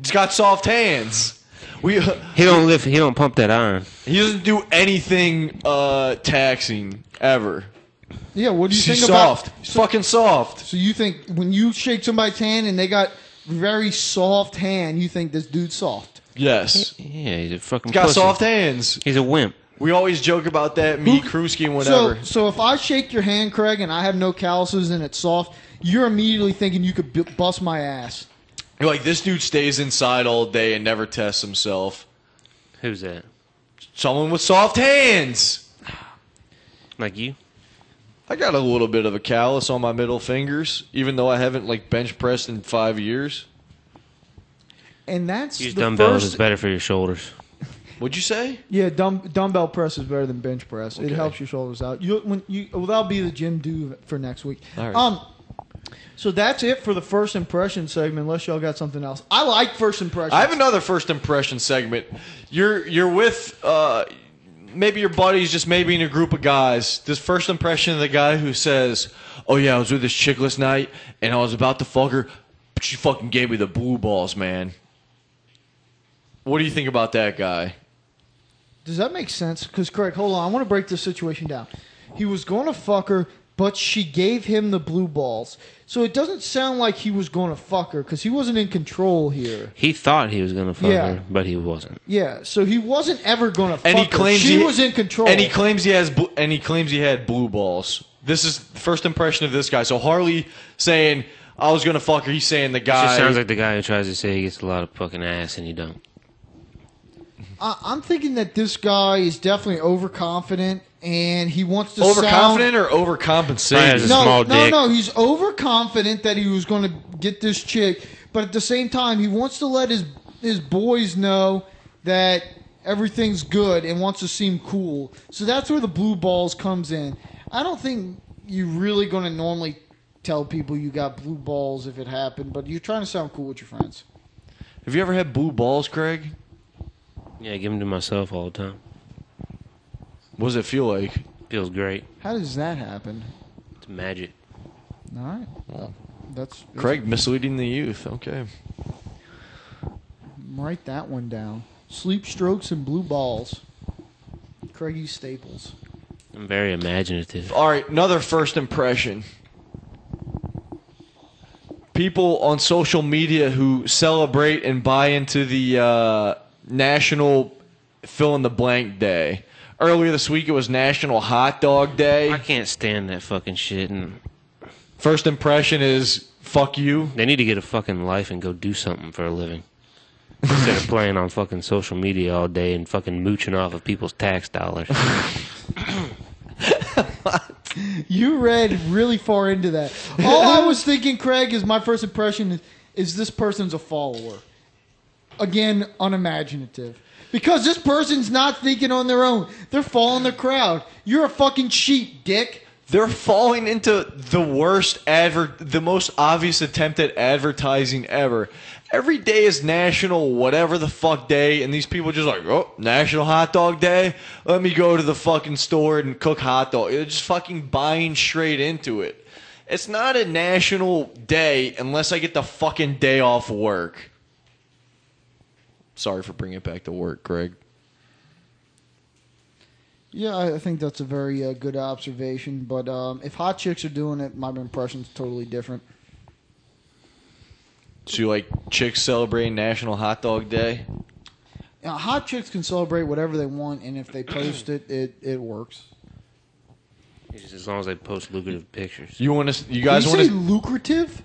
[SPEAKER 2] He's got soft hands. We
[SPEAKER 3] He don't lift. He don't pump that iron.
[SPEAKER 2] he doesn't do anything uh, taxing ever.
[SPEAKER 1] Yeah. What do you
[SPEAKER 2] He's
[SPEAKER 1] think about?
[SPEAKER 2] soft. He's fucking soft.
[SPEAKER 1] So you think when you shake somebody's hand and they got very soft hand, you think this dude's soft?
[SPEAKER 2] Yes.
[SPEAKER 3] Yeah, he's a fucking.
[SPEAKER 2] He's got
[SPEAKER 3] pussy.
[SPEAKER 2] soft hands.
[SPEAKER 3] He's a wimp.
[SPEAKER 2] We always joke about that. Me, Kruski, and
[SPEAKER 1] So,
[SPEAKER 2] whatever.
[SPEAKER 1] so if I shake your hand, Craig, and I have no calluses and it's soft, you're immediately thinking you could b- bust my ass.
[SPEAKER 2] You're like, this dude stays inside all day and never tests himself.
[SPEAKER 3] Who's that?
[SPEAKER 2] Someone with soft hands.
[SPEAKER 3] Like you?
[SPEAKER 2] I got a little bit of a callus on my middle fingers, even though I haven't like bench pressed in five years.
[SPEAKER 1] And that's
[SPEAKER 3] Use
[SPEAKER 1] the
[SPEAKER 3] dumbbells. It's
[SPEAKER 1] first.
[SPEAKER 3] better for your shoulders.
[SPEAKER 2] What'd you say?
[SPEAKER 1] Yeah, dumb, dumbbell press is better than bench press. It
[SPEAKER 2] Okay.
[SPEAKER 1] helps your shoulders out. You, when you, well, that'll be the gym do for next week.
[SPEAKER 2] All right.
[SPEAKER 1] Um, so that's it for the first impression segment. Unless y'all got something else. I like first impressions.
[SPEAKER 2] I have another first impression segment. You're you're with uh, maybe your buddies, just maybe in a group of guys. This first impression of the guy who says, "Oh yeah, I was with this chick last night, and I was about to fuck her, but she fucking gave me the blue balls, man." What do you think about that guy?
[SPEAKER 1] Does that make sense? Because Craig, hold on, I want to break this situation down. He was going to fuck her, but she gave him the blue balls. So it doesn't sound like he was going to fuck her because he wasn't in control here.
[SPEAKER 3] He thought he was gonna fuck
[SPEAKER 1] Yeah.
[SPEAKER 3] her, but he wasn't.
[SPEAKER 1] Yeah, so he wasn't ever going to fuck
[SPEAKER 2] And he claims
[SPEAKER 1] her. She
[SPEAKER 2] he-
[SPEAKER 1] was in control.
[SPEAKER 2] And he claims he has, bl- and he claims he had blue balls. This is the first impression of this guy. So Harley saying, "I was gonna fuck her." He's saying the
[SPEAKER 3] It just
[SPEAKER 2] guy.
[SPEAKER 3] sounds like the guy who tries to say he gets a lot of fucking ass and he don't.
[SPEAKER 1] I, I'm thinking that this guy is definitely overconfident and he wants to
[SPEAKER 2] overconfident
[SPEAKER 1] sound...
[SPEAKER 2] or
[SPEAKER 3] Probably has
[SPEAKER 2] overcompensating.
[SPEAKER 3] a
[SPEAKER 1] No,
[SPEAKER 3] small
[SPEAKER 1] no,
[SPEAKER 3] dick.
[SPEAKER 1] no. He's overconfident that he was going to get this chick, but at the same time, he wants to let his his boys know that everything's good and wants to seem cool. So that's where the blue balls comes in. I don't think you're really going to normally tell people you got blue balls if it happened, but you're trying to sound cool with your friends.
[SPEAKER 2] Have you ever had blue balls, Craig?
[SPEAKER 3] Yeah, I give him to myself all the time.
[SPEAKER 2] What does it feel like?
[SPEAKER 3] Feels great.
[SPEAKER 1] How does that happen?
[SPEAKER 3] It's magic.
[SPEAKER 1] All right. That's, that's
[SPEAKER 2] Craig misleading the youth. Okay.
[SPEAKER 1] Write that one down. Sleep strokes and blue balls. Craigie Staples.
[SPEAKER 3] I'm very imaginative.
[SPEAKER 2] All right, another first impression. People on social media who celebrate and buy into the uh, National Fill in the Blank Day. Earlier this week, it was National Hot Dog
[SPEAKER 3] I
[SPEAKER 2] Day.
[SPEAKER 3] can't stand that fucking shit, and
[SPEAKER 2] First impression is fuck you.
[SPEAKER 3] they need to get a fucking life and go do something for a living instead of playing on fucking social media all day and fucking mooching off of people's tax dollars.
[SPEAKER 1] You read really far into that. All I was thinking, Craig, is my first impression is, is this person's a follower. Again, unimaginative. Because this person's not thinking on their own. They're following the crowd. You're a fucking sheep, dick.
[SPEAKER 2] They're falling into the worst advert, the most obvious attempt at advertising ever. Every day is National Whatever the Fuck Day, and these people just like, oh, National Hot Dog Day. Let me go to the fucking store and cook hot dog. They're just fucking buying straight into it. It's not a national day unless I get the fucking day off work. Sorry for bringing it back to work, Greg.
[SPEAKER 1] Yeah, I I think that's a very uh, good observation. But um, if hot chicks are doing it, my impression's totally different.
[SPEAKER 2] So you like chicks celebrating National Hot Dog Day?
[SPEAKER 1] Now, hot chicks can celebrate whatever they want, and if they post it, it, it works.
[SPEAKER 3] Just as long as they post lucrative pictures.
[SPEAKER 2] You want to? You guys
[SPEAKER 1] Did
[SPEAKER 2] want
[SPEAKER 1] you
[SPEAKER 2] to?
[SPEAKER 1] say lucrative?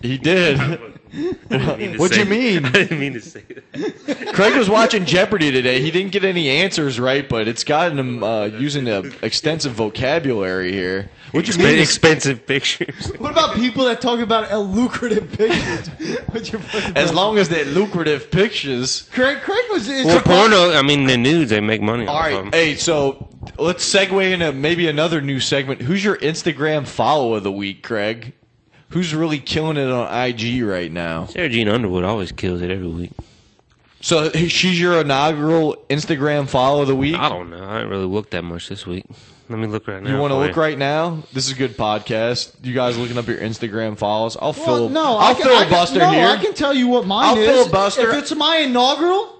[SPEAKER 2] He did. What'd you mean?
[SPEAKER 3] I didn't mean to say that.
[SPEAKER 2] Craig was watching Jeopardy today. He didn't get any answers right, but it's gotten him uh, using an extensive vocabulary here. What you mean?
[SPEAKER 3] expensive pictures.
[SPEAKER 1] What about people that talk about a lucrative pictures? What's your fucking
[SPEAKER 2] As long as they're lucrative pictures.
[SPEAKER 1] Craig, Craig was is
[SPEAKER 3] well, porno. I mean, the nudes they make money.
[SPEAKER 2] All
[SPEAKER 3] off
[SPEAKER 2] right,
[SPEAKER 3] of.
[SPEAKER 2] hey, so let's segue into maybe another new segment. Who's your Instagram follow of the week, Craig? Who's really killing it on IG right now?
[SPEAKER 3] Sarah Jean Underwood always kills it every week.
[SPEAKER 2] So she's your inaugural Instagram follow of the week.
[SPEAKER 3] I don't know. I didn't really look that much this week. Let me look right now.
[SPEAKER 2] You want to
[SPEAKER 3] for
[SPEAKER 2] look right now? This is a good podcast. You guys looking up your Instagram follows? I'll fill.
[SPEAKER 1] Well, no,
[SPEAKER 2] I'll
[SPEAKER 1] I can, I can,
[SPEAKER 2] filibuster
[SPEAKER 1] no,
[SPEAKER 2] here.
[SPEAKER 1] I can tell you what mine
[SPEAKER 2] I'll
[SPEAKER 1] is.
[SPEAKER 2] filibuster.
[SPEAKER 1] If it's my inaugural,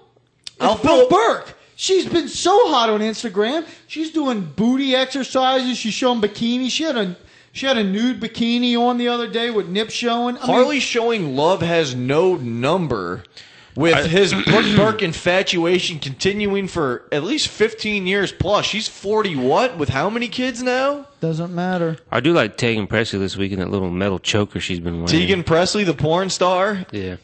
[SPEAKER 2] I'll
[SPEAKER 1] I'll
[SPEAKER 2] fill-
[SPEAKER 1] Bill Burke. She's been so hot on Instagram. She's doing booty exercises. She's showing bikinis. She had a she had a nude bikini on the other day with nips showing. I mean,
[SPEAKER 2] Harley showing love has no number. With his Brooke Burke infatuation continuing for at least 15 years plus. She's 40 what? With how many kids now?
[SPEAKER 1] doesn't matter.
[SPEAKER 3] I do like Tegan Presley this week in that little metal choker she's been wearing.
[SPEAKER 2] Tegan Presley, the porn star.
[SPEAKER 3] Yeah.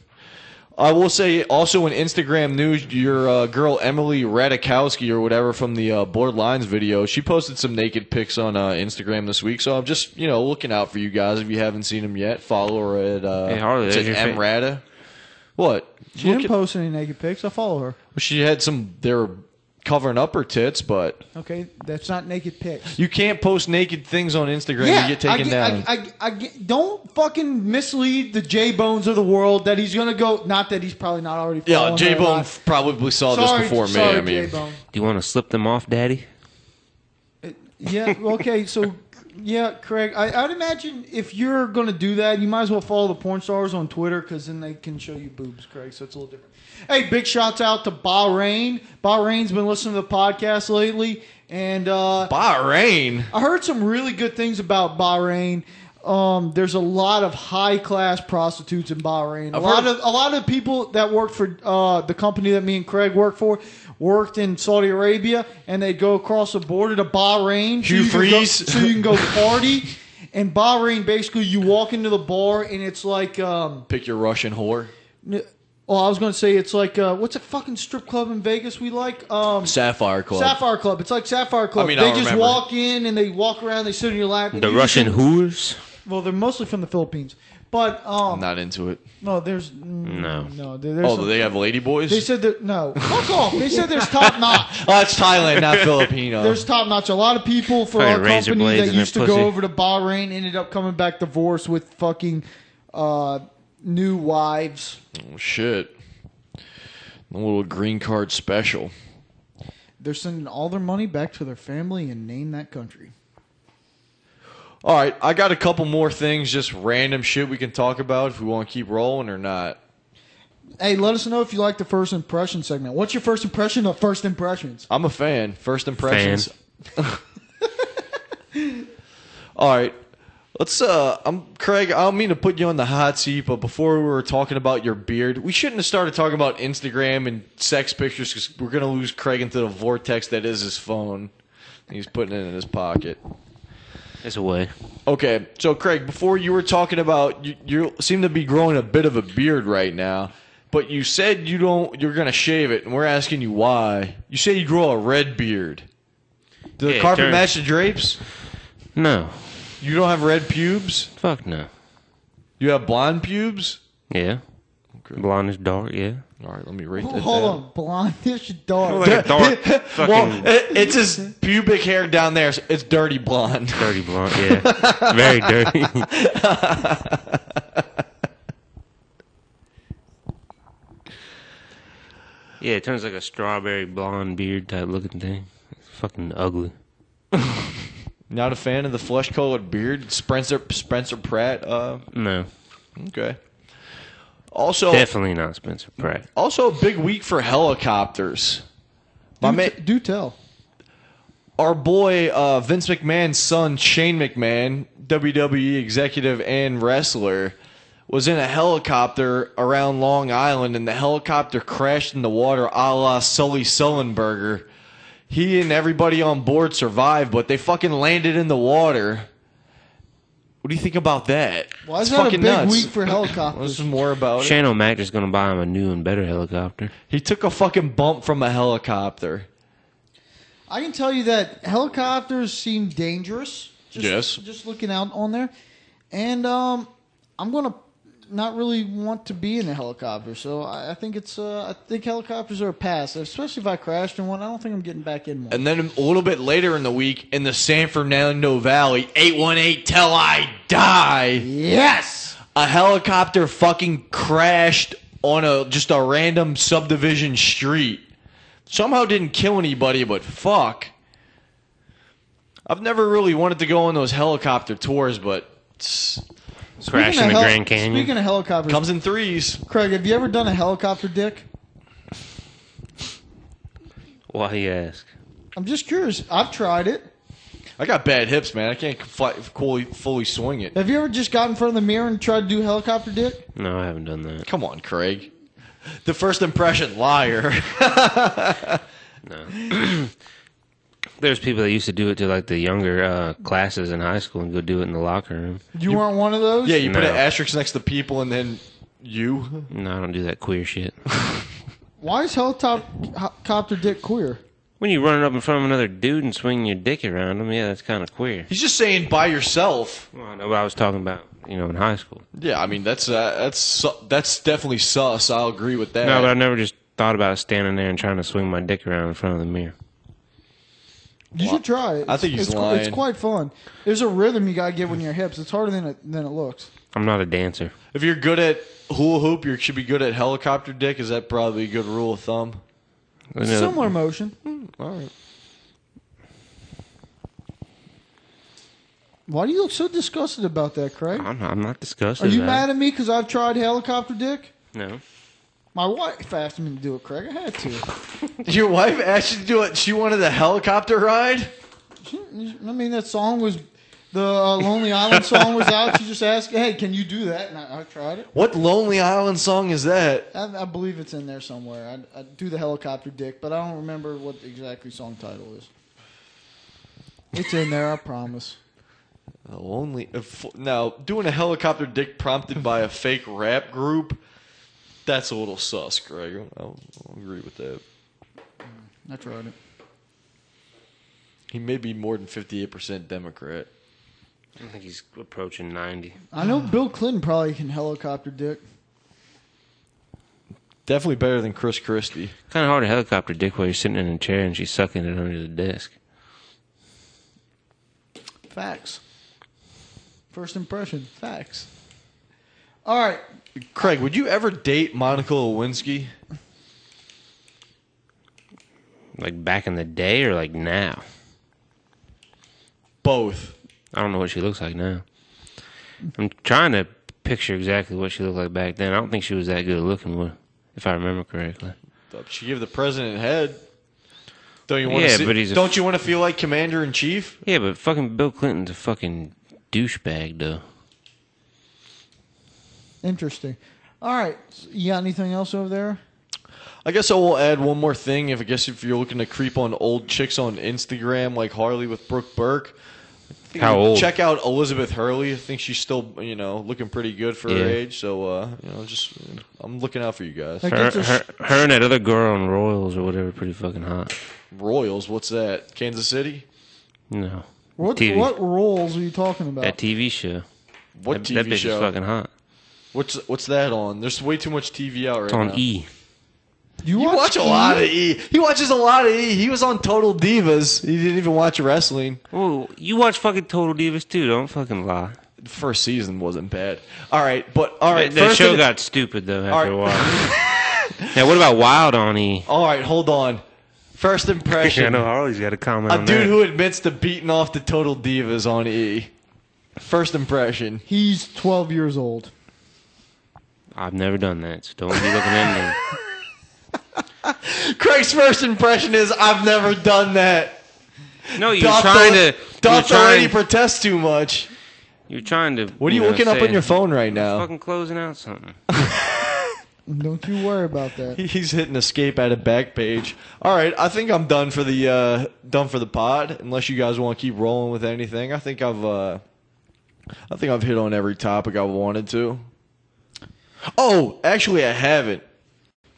[SPEAKER 2] I will say also in Instagram news, your uh, girl Emily Radikowski or whatever from the uh, Board Lines video, she posted some naked pics on uh, Instagram this week. So I'm just you know looking out for you guys if you haven't seen them yet. Follow her at uh,
[SPEAKER 3] Hey, Harley,
[SPEAKER 2] it's
[SPEAKER 3] there's
[SPEAKER 2] like
[SPEAKER 3] your
[SPEAKER 2] M
[SPEAKER 3] fa-
[SPEAKER 2] Rada. What?
[SPEAKER 1] She
[SPEAKER 2] Look
[SPEAKER 1] didn't post any naked pics. I follow her.
[SPEAKER 2] at- she had some. They were covering up her tits, but
[SPEAKER 1] Okay, that's not naked pics.
[SPEAKER 2] you can't post naked things on Instagram. you get
[SPEAKER 1] I
[SPEAKER 2] taken
[SPEAKER 1] I-
[SPEAKER 2] down.
[SPEAKER 1] I, I get- don't fucking mislead the J Bones of the world that he's gonna go. Not that he's probably not already.
[SPEAKER 2] yeah,
[SPEAKER 1] following
[SPEAKER 2] J
[SPEAKER 1] her a
[SPEAKER 2] Bone
[SPEAKER 1] lot.
[SPEAKER 2] probably saw
[SPEAKER 1] Sorry,
[SPEAKER 2] this before
[SPEAKER 1] sorry,
[SPEAKER 2] me. I mean,
[SPEAKER 1] J-Bone.
[SPEAKER 3] Do you want to slip them off, Daddy?
[SPEAKER 1] Yeah. Okay. So, yeah, Craig. I, I'd imagine if you're gonna do that, you might as well follow the porn stars on Twitter because then they can show you boobs, Craig. So it's a little different. Hey, big shouts out to Bahrain. Bahrain's been listening to the podcast lately, and uh,
[SPEAKER 2] Bahrain.
[SPEAKER 1] I heard some really good things about Bahrain. Um, there's a lot of high class prostitutes in Bahrain. A
[SPEAKER 2] I've
[SPEAKER 1] lot
[SPEAKER 2] heard-
[SPEAKER 1] of a lot of people that worked for uh, the company that me and Craig worked for worked in Saudi Arabia, and they'd go across the border to Bahrain.
[SPEAKER 2] Hugh
[SPEAKER 1] you can go-
[SPEAKER 2] Freeze.
[SPEAKER 1] so you can go party. And Bahrain, basically, you walk into the bar and it's like, um,
[SPEAKER 2] Pick your Russian whore.
[SPEAKER 1] n- oh, I was going to say it's like, uh, what's a fucking strip club in Vegas we like? Um,
[SPEAKER 2] Sapphire Club.
[SPEAKER 1] Sapphire Club. It's like Sapphire Club.
[SPEAKER 2] I mean,
[SPEAKER 1] they
[SPEAKER 2] I'll
[SPEAKER 1] just
[SPEAKER 2] remember.
[SPEAKER 1] walk in and they walk around. They sit in your lap. and
[SPEAKER 3] The
[SPEAKER 1] you
[SPEAKER 3] Russian
[SPEAKER 1] Just,
[SPEAKER 3] whores?
[SPEAKER 1] well, they're mostly from the Philippines, but
[SPEAKER 2] I'm
[SPEAKER 1] um,
[SPEAKER 2] not into it.
[SPEAKER 1] no, there's no, no. There, there's
[SPEAKER 2] Oh,
[SPEAKER 1] some-
[SPEAKER 2] they have lady boys?
[SPEAKER 1] they said that no. Fuck off. They said there's top notch.
[SPEAKER 2] Oh, it's Thailand, not Filipino.
[SPEAKER 1] There's top notch. A lot of people for
[SPEAKER 3] Fucking
[SPEAKER 1] our
[SPEAKER 3] razor
[SPEAKER 1] company
[SPEAKER 3] blades
[SPEAKER 1] that
[SPEAKER 3] in their
[SPEAKER 1] used to
[SPEAKER 3] pussy.
[SPEAKER 1] go over to Bahrain ended up coming back divorced with fucking uh, new wives.
[SPEAKER 2] oh, shit. A little green card special.
[SPEAKER 1] They're sending all their money back to their family and name that country.
[SPEAKER 2] All right, I got a couple more things, just random shit we can talk about if we want to keep rolling or not.
[SPEAKER 1] Hey, let us know if you like the first impression segment. What's your first impression of first impressions?
[SPEAKER 2] I'm a fan. First impressions. All right. Let's uh I'm Craig, I don't mean to put you on the hot seat, but before we were talking about your beard, we shouldn't have started talking about Instagram and sex pictures cuz we're going to lose Craig into the vortex that is his phone. He's putting it in his pocket.
[SPEAKER 3] That's a way.
[SPEAKER 2] Okay, so Craig, before you were talking about you, you seem to be growing a bit of a beard right now, but you said you don't you're going to shave it and we're asking you why. You say you grow a red beard. Do the
[SPEAKER 3] Yeah, it
[SPEAKER 2] carpet
[SPEAKER 3] turns-
[SPEAKER 2] match the drapes?
[SPEAKER 3] No.
[SPEAKER 2] You don't have red pubes?
[SPEAKER 3] Fuck no.
[SPEAKER 2] You have blonde pubes?
[SPEAKER 3] Yeah. Blonde is dark, yeah.
[SPEAKER 2] All right, let me rate that.
[SPEAKER 1] Hold
[SPEAKER 2] down.
[SPEAKER 1] on, blondish dog.
[SPEAKER 3] Like a dark, fucking
[SPEAKER 2] Well, it, it's his pubic hair down there. so It's dirty blonde.
[SPEAKER 3] dirty blonde, yeah. Very dirty. yeah, it turns like a strawberry blonde beard type looking thing. It's fucking ugly.
[SPEAKER 2] Not a fan of the flesh colored beard. Spencer Spencer Pratt. Uh,
[SPEAKER 3] No.
[SPEAKER 2] okay. Also,
[SPEAKER 3] Oh. Definitely not Spencer Pratt.
[SPEAKER 2] also a big week for helicopters. My
[SPEAKER 1] do,
[SPEAKER 2] man,
[SPEAKER 1] t- do tell.
[SPEAKER 2] our boy uh, Vince McMahon's son, Shane McMahon, WWE executive and wrestler, was in a helicopter around Long Island, and the helicopter crashed in the water, a la Sully Sullenberger. He and everybody on board survived, but they fucking landed in the water. What do you think about that?
[SPEAKER 1] Why
[SPEAKER 2] It's
[SPEAKER 1] is that a
[SPEAKER 2] fucking
[SPEAKER 1] big
[SPEAKER 2] nuts.
[SPEAKER 1] week for
[SPEAKER 2] This
[SPEAKER 1] helicopters?
[SPEAKER 2] is more about it.
[SPEAKER 3] Shane O'Mac is gonna buy him a new and better helicopter.
[SPEAKER 2] He took a fucking bump from a helicopter.
[SPEAKER 1] I can tell you that helicopters seem dangerous. Just,
[SPEAKER 2] Yes.
[SPEAKER 1] Just looking out on there, and um, I'm gonna not really want to be in a helicopter. So I, I think it's uh, I think helicopters are a pass, especially if I crashed in one. I don't think I'm getting back in one.
[SPEAKER 2] And then a little bit later in the week in the San Fernando Valley, 818 Till I Die,
[SPEAKER 1] yes.
[SPEAKER 2] a helicopter fucking crashed on a just a random subdivision street. Somehow didn't kill anybody, but fuck. I've never really wanted to go on those helicopter tours, but it's-
[SPEAKER 3] Crash
[SPEAKER 1] Speaking
[SPEAKER 3] in the
[SPEAKER 1] of hel-
[SPEAKER 3] Grand Canyon.
[SPEAKER 1] Speaking of helicopters,
[SPEAKER 2] comes in threes.
[SPEAKER 1] Craig, have you ever done a helicopter dick?
[SPEAKER 3] Why you ask?
[SPEAKER 1] I'm just curious. I've tried it.
[SPEAKER 2] I got bad hips, man. I can't fly, fully, fully swing it.
[SPEAKER 1] Have you ever just got in front of the mirror and tried to do helicopter dick?
[SPEAKER 3] No, I haven't done that.
[SPEAKER 2] Come on, Craig. The first impression liar.
[SPEAKER 3] There's people that used to do it to like the younger uh, classes in high school and go do it in the locker room.
[SPEAKER 1] You, weren't one of those.
[SPEAKER 2] yeah, you put
[SPEAKER 3] No.
[SPEAKER 2] an asterisk next to people and then you.
[SPEAKER 3] No, I don't do that queer shit.
[SPEAKER 1] Why is helicopter dick queer?
[SPEAKER 3] When you running up in front of another dude and swinging your dick around him, yeah, that's kind of queer.
[SPEAKER 2] He's just saying by yourself.
[SPEAKER 3] Well, I know what I was talking about, you know, in high school.
[SPEAKER 2] Yeah, I mean that's uh, that's su- that's definitely sus. I'll agree with that.
[SPEAKER 3] No, but I never just thought about standing there and trying to swing my dick around in front of the mirror.
[SPEAKER 1] You should try it.
[SPEAKER 2] I think
[SPEAKER 1] It's- it's,
[SPEAKER 2] he's
[SPEAKER 1] qu- It's
[SPEAKER 2] lying.
[SPEAKER 1] quite fun. There's a rhythm you gotta get when your hips. It's harder than it than it looks.
[SPEAKER 3] I'm not a dancer.
[SPEAKER 2] if you're good at hula hoop, you should be good at helicopter dick. Is that probably a good rule of thumb?
[SPEAKER 3] Another-
[SPEAKER 1] Similar motion.
[SPEAKER 2] Hmm, All right.
[SPEAKER 1] Why do you look so disgusted about that, Craig?
[SPEAKER 3] I'm not, I'm not disgusted.
[SPEAKER 1] Are you
[SPEAKER 3] about
[SPEAKER 1] mad at me because I've tried helicopter dick?
[SPEAKER 3] it. No.
[SPEAKER 1] My wife asked me to do it, Craig. I had to.
[SPEAKER 2] Your wife asked you to do it. She wanted a helicopter ride.
[SPEAKER 1] She- I mean, that song was the uh, Lonely Island song was out. She just asked, "Hey, can you do that?" And I, I tried it.
[SPEAKER 2] What Lonely Island song is that?
[SPEAKER 1] I, I believe it's in there somewhere. I, I do the helicopter dick, but I don't remember what the exactly song title is. It's in there, I promise.
[SPEAKER 2] A Lonely. a f- Now doing a helicopter dick prompted by a fake rap group. That's a little sus, Greg. I'll, I'll agree with that.
[SPEAKER 1] I tried it.
[SPEAKER 2] He may be more than fifty-eight percent Democrat.
[SPEAKER 3] I think he's approaching 90.
[SPEAKER 1] I know Bill Clinton probably can helicopter dick.
[SPEAKER 2] Definitely better than Chris Christie.
[SPEAKER 3] Kind of hard to helicopter dick while you're sitting in a chair and she's sucking it under the desk.
[SPEAKER 1] Facts. First impression. Facts. All right.
[SPEAKER 2] Craig, would you ever date Monica Lewinsky?
[SPEAKER 3] Like back in the day or like now?
[SPEAKER 2] Both.
[SPEAKER 3] I don't know what she looks like now. I'm trying to picture exactly what she looked like back then. I don't think she was that good looking, wa- if I remember correctly.
[SPEAKER 2] She gave the president head. Don't you want
[SPEAKER 3] Yeah,
[SPEAKER 2] to?
[SPEAKER 3] but he's a-
[SPEAKER 2] don't you want to feel like commander in chief?
[SPEAKER 3] Yeah, but fucking Bill Clinton's a fucking douchebag, though.
[SPEAKER 1] Interesting. All right. So you got anything else over there?
[SPEAKER 2] I guess I will add one more thing. If I guess if you're looking to creep on old chicks on Instagram, like Harley with Brooke Burke. I think
[SPEAKER 3] How
[SPEAKER 2] you
[SPEAKER 3] old?
[SPEAKER 2] Check out Elizabeth Hurley. I think she's still, you know, looking pretty good for
[SPEAKER 3] Yeah.
[SPEAKER 2] her age. So, uh, you know, just I'm looking out for you guys.
[SPEAKER 1] Like-
[SPEAKER 3] Her,
[SPEAKER 1] Get your
[SPEAKER 3] her, her and that other girl on Royals or whatever, pretty fucking hot.
[SPEAKER 2] Royals, what's that? Kansas City?
[SPEAKER 3] No.
[SPEAKER 1] What
[SPEAKER 3] TV.
[SPEAKER 1] what roles are you talking about?
[SPEAKER 3] That TV show.
[SPEAKER 2] What
[SPEAKER 3] that,
[SPEAKER 2] TV
[SPEAKER 3] that bitch
[SPEAKER 2] show?
[SPEAKER 3] is fucking hot.
[SPEAKER 2] What's what's that on? There's way too much TV out right
[SPEAKER 3] It's on
[SPEAKER 2] now.
[SPEAKER 3] E.
[SPEAKER 1] you
[SPEAKER 2] You
[SPEAKER 1] watch,
[SPEAKER 2] watch a
[SPEAKER 1] E?
[SPEAKER 2] lot of E. He watches a lot of E. He was on Total Divas. He didn't even watch wrestling.
[SPEAKER 3] Well, you watch fucking Total Divas too. Don't fucking lie.
[SPEAKER 2] The first season wasn't bad. All right, but all right.
[SPEAKER 3] That, that
[SPEAKER 2] first
[SPEAKER 3] show
[SPEAKER 2] thing-
[SPEAKER 3] got stupid though after
[SPEAKER 2] All
[SPEAKER 3] a while. now, what about Wild on E?
[SPEAKER 2] all right, hold on. First impression.
[SPEAKER 3] Harley's got a comment
[SPEAKER 2] a dude who admits to beating off the Total Divas on E. First impression.
[SPEAKER 1] He's 12 years old.
[SPEAKER 3] I've never done that, so don't be looking in there.
[SPEAKER 2] Craig's first impression is I've never done that.
[SPEAKER 3] No, you're
[SPEAKER 2] Doth
[SPEAKER 3] trying
[SPEAKER 2] al-
[SPEAKER 3] to. You're
[SPEAKER 2] Doth already
[SPEAKER 3] trying,
[SPEAKER 2] protests too much.
[SPEAKER 3] you're trying to.
[SPEAKER 2] What are you,
[SPEAKER 3] know,
[SPEAKER 2] looking up
[SPEAKER 3] say-
[SPEAKER 2] on your phone right now?
[SPEAKER 3] Fucking closing out something.
[SPEAKER 1] Don't you worry about that.
[SPEAKER 2] He's hitting escape at a back page. All right, I think I'm done for the uh, done for the pod. Unless you guys want to keep rolling with anything, I think I've uh, I think I've hit on every topic I wanted to. Oh, actually, I haven't.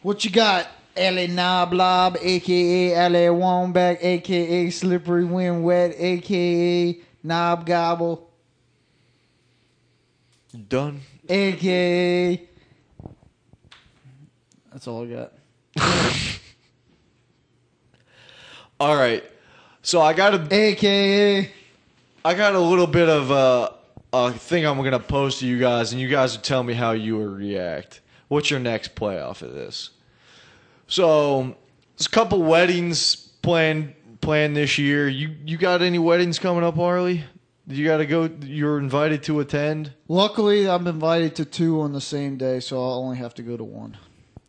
[SPEAKER 1] What you got? Ellie Knoblob, aka Ellie Womback, aka Slippery Wind Wet, aka Knob Gobble,
[SPEAKER 2] Done.
[SPEAKER 1] aka. That's all I got.
[SPEAKER 2] All right. So I got a
[SPEAKER 1] AKA.
[SPEAKER 2] I got a little bit of a, a thing I'm gonna post to you guys, and you guys will tell me how you would react. What's your next play off of this? So there's a couple weddings planned planned this year. You you got any weddings coming up, Harley? You got to go. You're invited to attend.
[SPEAKER 1] Luckily, I'm invited to two on the same day, so I'll only have to go to one.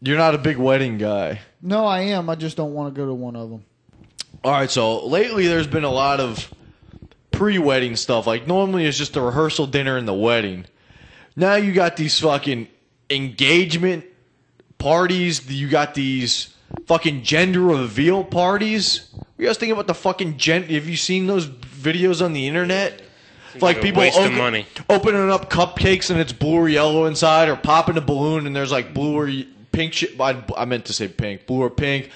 [SPEAKER 2] You're not a big wedding guy.
[SPEAKER 1] No, I am. I just don't want to go to one of them.
[SPEAKER 2] All right, so lately there's been a lot of pre-wedding stuff. Like normally it's just the rehearsal dinner and the wedding. Now you got these fucking engagement parties. You got these fucking gender reveal parties. You guys think about the fucking gen? Have you seen those videos on the internet? It's like
[SPEAKER 3] like a
[SPEAKER 2] people
[SPEAKER 3] waste of
[SPEAKER 2] open-
[SPEAKER 3] money.
[SPEAKER 2] opening up cupcakes and it's blue or yellow inside, or popping a balloon and there's like blue or y- pink shit. I, I meant to say pink, blue or pink.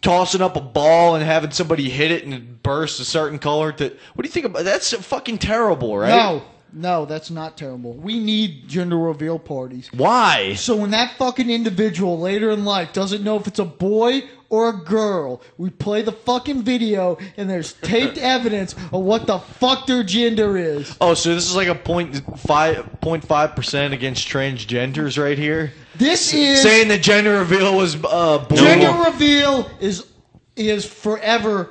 [SPEAKER 2] Tossing up a ball and having somebody hit it and it bursts a certain color. To what do you think about? That's fucking terrible, right?
[SPEAKER 1] No, no, that's not terrible. We need gender reveal parties.
[SPEAKER 2] Why?
[SPEAKER 1] So when that fucking individual later in life doesn't know if it's a boy or a girl, we play the fucking video and there's taped evidence of what the fuck their gender is.
[SPEAKER 2] Oh, so this is like a point five point five percent against transgenders right here,
[SPEAKER 1] This is
[SPEAKER 2] saying the gender reveal was uh, blue.
[SPEAKER 1] gender reveal is is forever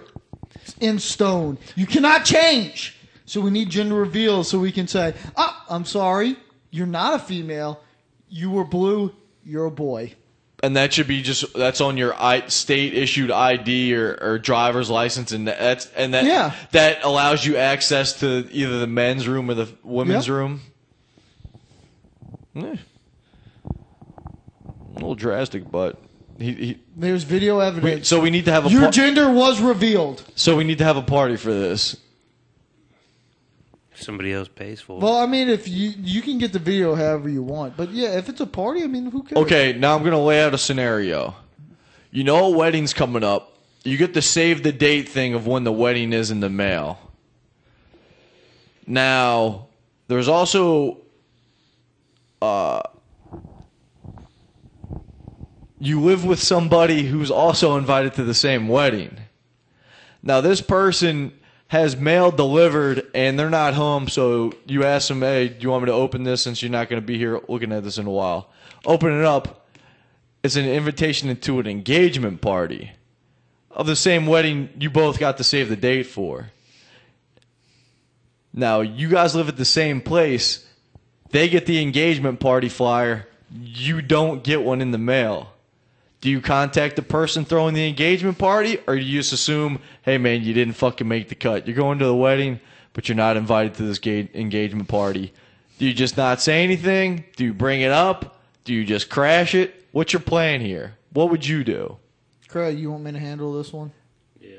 [SPEAKER 1] in stone. You cannot change. So we need gender reveal so we can say, "Ah, I'm sorry, you're not a female. You were blue. You're a boy."
[SPEAKER 2] and that should be just that's on your I, state issued ID or, or driver's license, and that's and that
[SPEAKER 1] Yeah.
[SPEAKER 2] that allows you access to either the men's room or the women's
[SPEAKER 1] Yeah.
[SPEAKER 2] room. Yeah. A little drastic, but he, he
[SPEAKER 1] There's video
[SPEAKER 2] we,
[SPEAKER 1] evidence.
[SPEAKER 2] so we need to have a
[SPEAKER 1] Your
[SPEAKER 2] par-
[SPEAKER 1] gender was revealed.
[SPEAKER 2] so we need to have a party for this.
[SPEAKER 3] Somebody else pays for it.
[SPEAKER 1] Well, I mean, if you you can get the video however you want, but yeah, if it's a party, I mean, who cares?
[SPEAKER 2] Okay, now I'm gonna lay out a scenario. You know, a wedding's coming up. You get the save the date thing of when the wedding is in the mail. Now, there's also, uh, you live with somebody who's also invited to the same wedding. Now, this person has mail delivered and they're not home, so you ask them, hey, do you want me to open this since you're not going to be here looking at this in a while? Open it up. It's an invitation to an engagement party of the same wedding you both got to save the date for. Now, you guys live at the same place. They get the engagement party flyer. You don't get one in the mail. Do you contact the person throwing the engagement party, or do you just assume, hey man, you didn't fucking make the cut? You're going to the wedding, but you're not invited to this ga- engagement party. Do you just not say anything? Do you bring it up? Do you just crash it? What's your plan here? What would you do?
[SPEAKER 1] Craig, you want me to handle this one?
[SPEAKER 3] Yeah.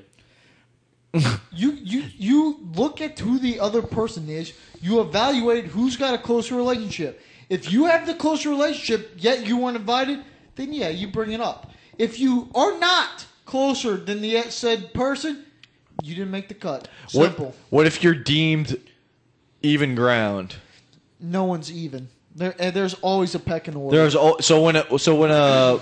[SPEAKER 1] you you you look at who the other person is. You evaluate who's got a closer relationship. If you have the closer relationship, yet you weren't invited, then yeah, you bring it up. If you are not closer than the said person, you didn't make the cut. Simple.
[SPEAKER 2] What, what if you're deemed even ground?
[SPEAKER 1] No one's even. There, and there's always a pecking order.
[SPEAKER 2] There's al- so when a, so when a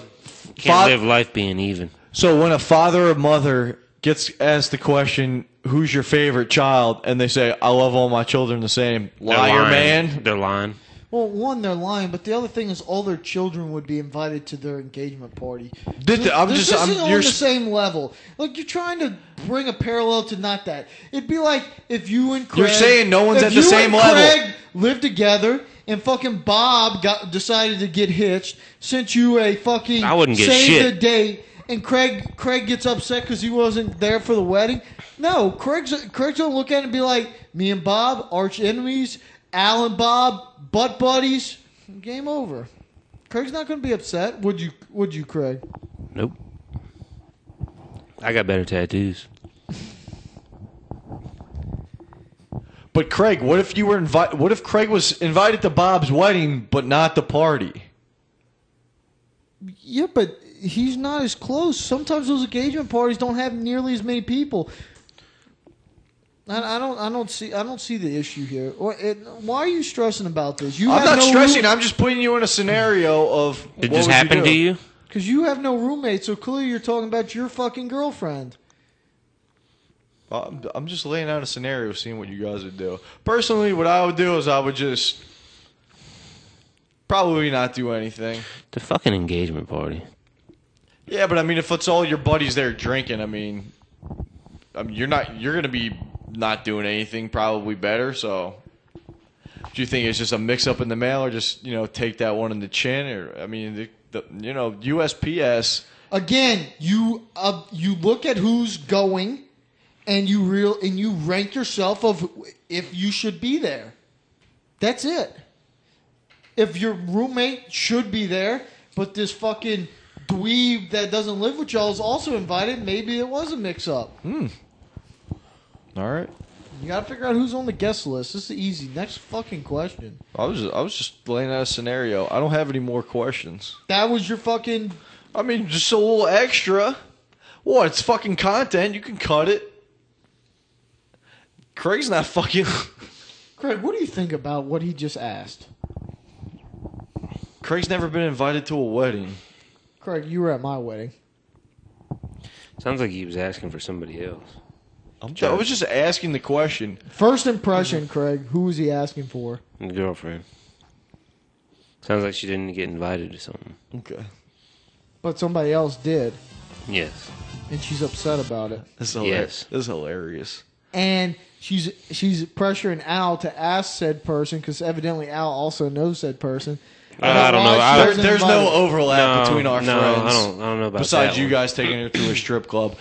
[SPEAKER 3] Can't
[SPEAKER 2] fa-
[SPEAKER 3] live life being even.
[SPEAKER 2] So when a father or mother gets asked the question, "Who's your favorite child?" and they say, "I love all my children the same,"
[SPEAKER 3] They're
[SPEAKER 2] liar
[SPEAKER 3] lying.
[SPEAKER 2] man.
[SPEAKER 3] They're lying.
[SPEAKER 1] Well, one, they're lying, but the other thing is all their children would be invited to their engagement party.
[SPEAKER 2] Did the- I'm
[SPEAKER 1] this
[SPEAKER 2] just- I'm-
[SPEAKER 1] isn't on
[SPEAKER 2] you're
[SPEAKER 1] the
[SPEAKER 2] s-
[SPEAKER 1] same level. Like you're trying to bring a parallel to not that. It'd be like if you and Craig,
[SPEAKER 2] You're saying no one's
[SPEAKER 1] if
[SPEAKER 2] at the
[SPEAKER 1] you
[SPEAKER 2] same
[SPEAKER 1] and
[SPEAKER 2] level.
[SPEAKER 1] Craig lived together. And fucking Bob got decided to get hitched, sent you a fucking
[SPEAKER 3] I wouldn't get
[SPEAKER 1] save
[SPEAKER 3] shit.
[SPEAKER 1] the date, and Craig Craig gets upset because he wasn't there for the wedding. No, Craig's Craig's gonna look at it and be like, "Me and Bob, arch enemies, Al and Bob, butt buddies. Game over." Craig's not gonna be upset. Would you? Would you, Craig?
[SPEAKER 3] Nope. I got better tattoos.
[SPEAKER 2] But Craig, what if you were invited? What if Craig was invited to Bob's wedding but not the party?
[SPEAKER 1] Yeah, but he's not as close. Sometimes those engagement parties don't have nearly as many people. I, I don't. I don't see. I don't see the issue here. Or, it, why are you stressing about this? You
[SPEAKER 2] I'm
[SPEAKER 1] have
[SPEAKER 2] not
[SPEAKER 1] no
[SPEAKER 2] stressing. I'm just putting you in a scenario of
[SPEAKER 3] It
[SPEAKER 2] what
[SPEAKER 3] just
[SPEAKER 2] would
[SPEAKER 3] happened
[SPEAKER 2] do?
[SPEAKER 3] to you?
[SPEAKER 1] because you have no roommate. So clearly, you're talking about your fucking girlfriend.
[SPEAKER 2] Uh, I'm, I'm just laying out a scenario, seeing what you guys would do. Personally, what I would do is I would just probably not do anything.
[SPEAKER 3] The fucking engagement party.
[SPEAKER 2] Yeah, but I mean, if it's all your buddies there drinking, I mean, I mean you're not you're gonna be not doing anything probably better. So, do you think it's just a mix up in the mail, or just you know take that one in the chin, or I mean, the, the you know USPS?
[SPEAKER 1] Again, you uh, you look at who's going, and you real and you rank yourself of if you should be there. That's it. If your roommate should be there, but this fucking dweeb that doesn't live with y'all is also invited, maybe it was a mix up.
[SPEAKER 2] All right,
[SPEAKER 1] You gotta figure out who's on the guest list. This is easy. Next fucking question.
[SPEAKER 2] I was I was just laying out a scenario. I don't have any more questions.
[SPEAKER 1] That was your fucking
[SPEAKER 2] I mean, just a little extra. What? It's fucking content. You can cut it. Craig's not fucking.
[SPEAKER 1] Craig, what do you think about what he just asked?
[SPEAKER 2] Craig's never been invited to a wedding.
[SPEAKER 1] Craig, you were at my wedding.
[SPEAKER 3] Sounds like he was asking for somebody else.
[SPEAKER 2] I'm I was just asking the question.
[SPEAKER 1] First impression, Craig, who was he asking for?
[SPEAKER 3] The girlfriend. Sounds like she didn't get invited to something.
[SPEAKER 2] Okay.
[SPEAKER 1] But somebody else did,
[SPEAKER 3] Yes.
[SPEAKER 1] and she's upset about it.
[SPEAKER 2] This is
[SPEAKER 3] Yes.
[SPEAKER 2] hilarious. This is hilarious.
[SPEAKER 1] And she's she's pressuring Al to ask said person because evidently Al also knows said person.
[SPEAKER 3] Uh, I don't
[SPEAKER 1] Why
[SPEAKER 3] know.
[SPEAKER 1] she
[SPEAKER 3] I
[SPEAKER 2] There,
[SPEAKER 3] don't,
[SPEAKER 1] wasn't
[SPEAKER 2] there's
[SPEAKER 1] invited.
[SPEAKER 2] no overlap
[SPEAKER 3] no,
[SPEAKER 2] between our
[SPEAKER 3] no,
[SPEAKER 2] friends.
[SPEAKER 3] I don't. I don't know about
[SPEAKER 2] Besides
[SPEAKER 3] that
[SPEAKER 2] you
[SPEAKER 3] one.
[SPEAKER 2] guys taking her to a strip club.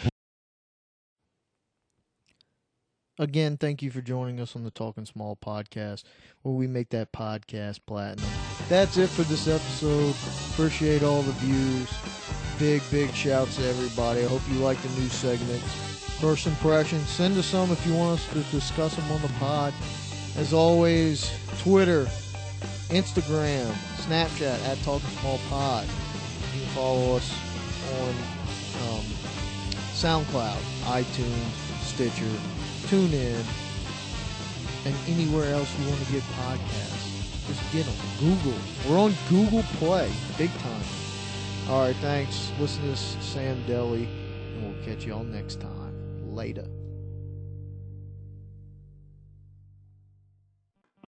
[SPEAKER 1] Again, thank you for joining us on the Talking Small podcast, where we make that podcast platinum. That's it for this episode. Appreciate all the views. Big, big shouts to everybody. I hope you like the new segments. First impressions, send us some if you want us to discuss them on the pod. As always, Twitter, Instagram, Snapchat at Talking Small Pod. You can follow us on um, SoundCloud, iTunes, Stitcher, TuneIn, and anywhere else you want to get podcasts. Just get them. Google. We're on Google Play, big time. All right, thanks. Listen to this Sam Deli, and we'll catch y'all next time. Later.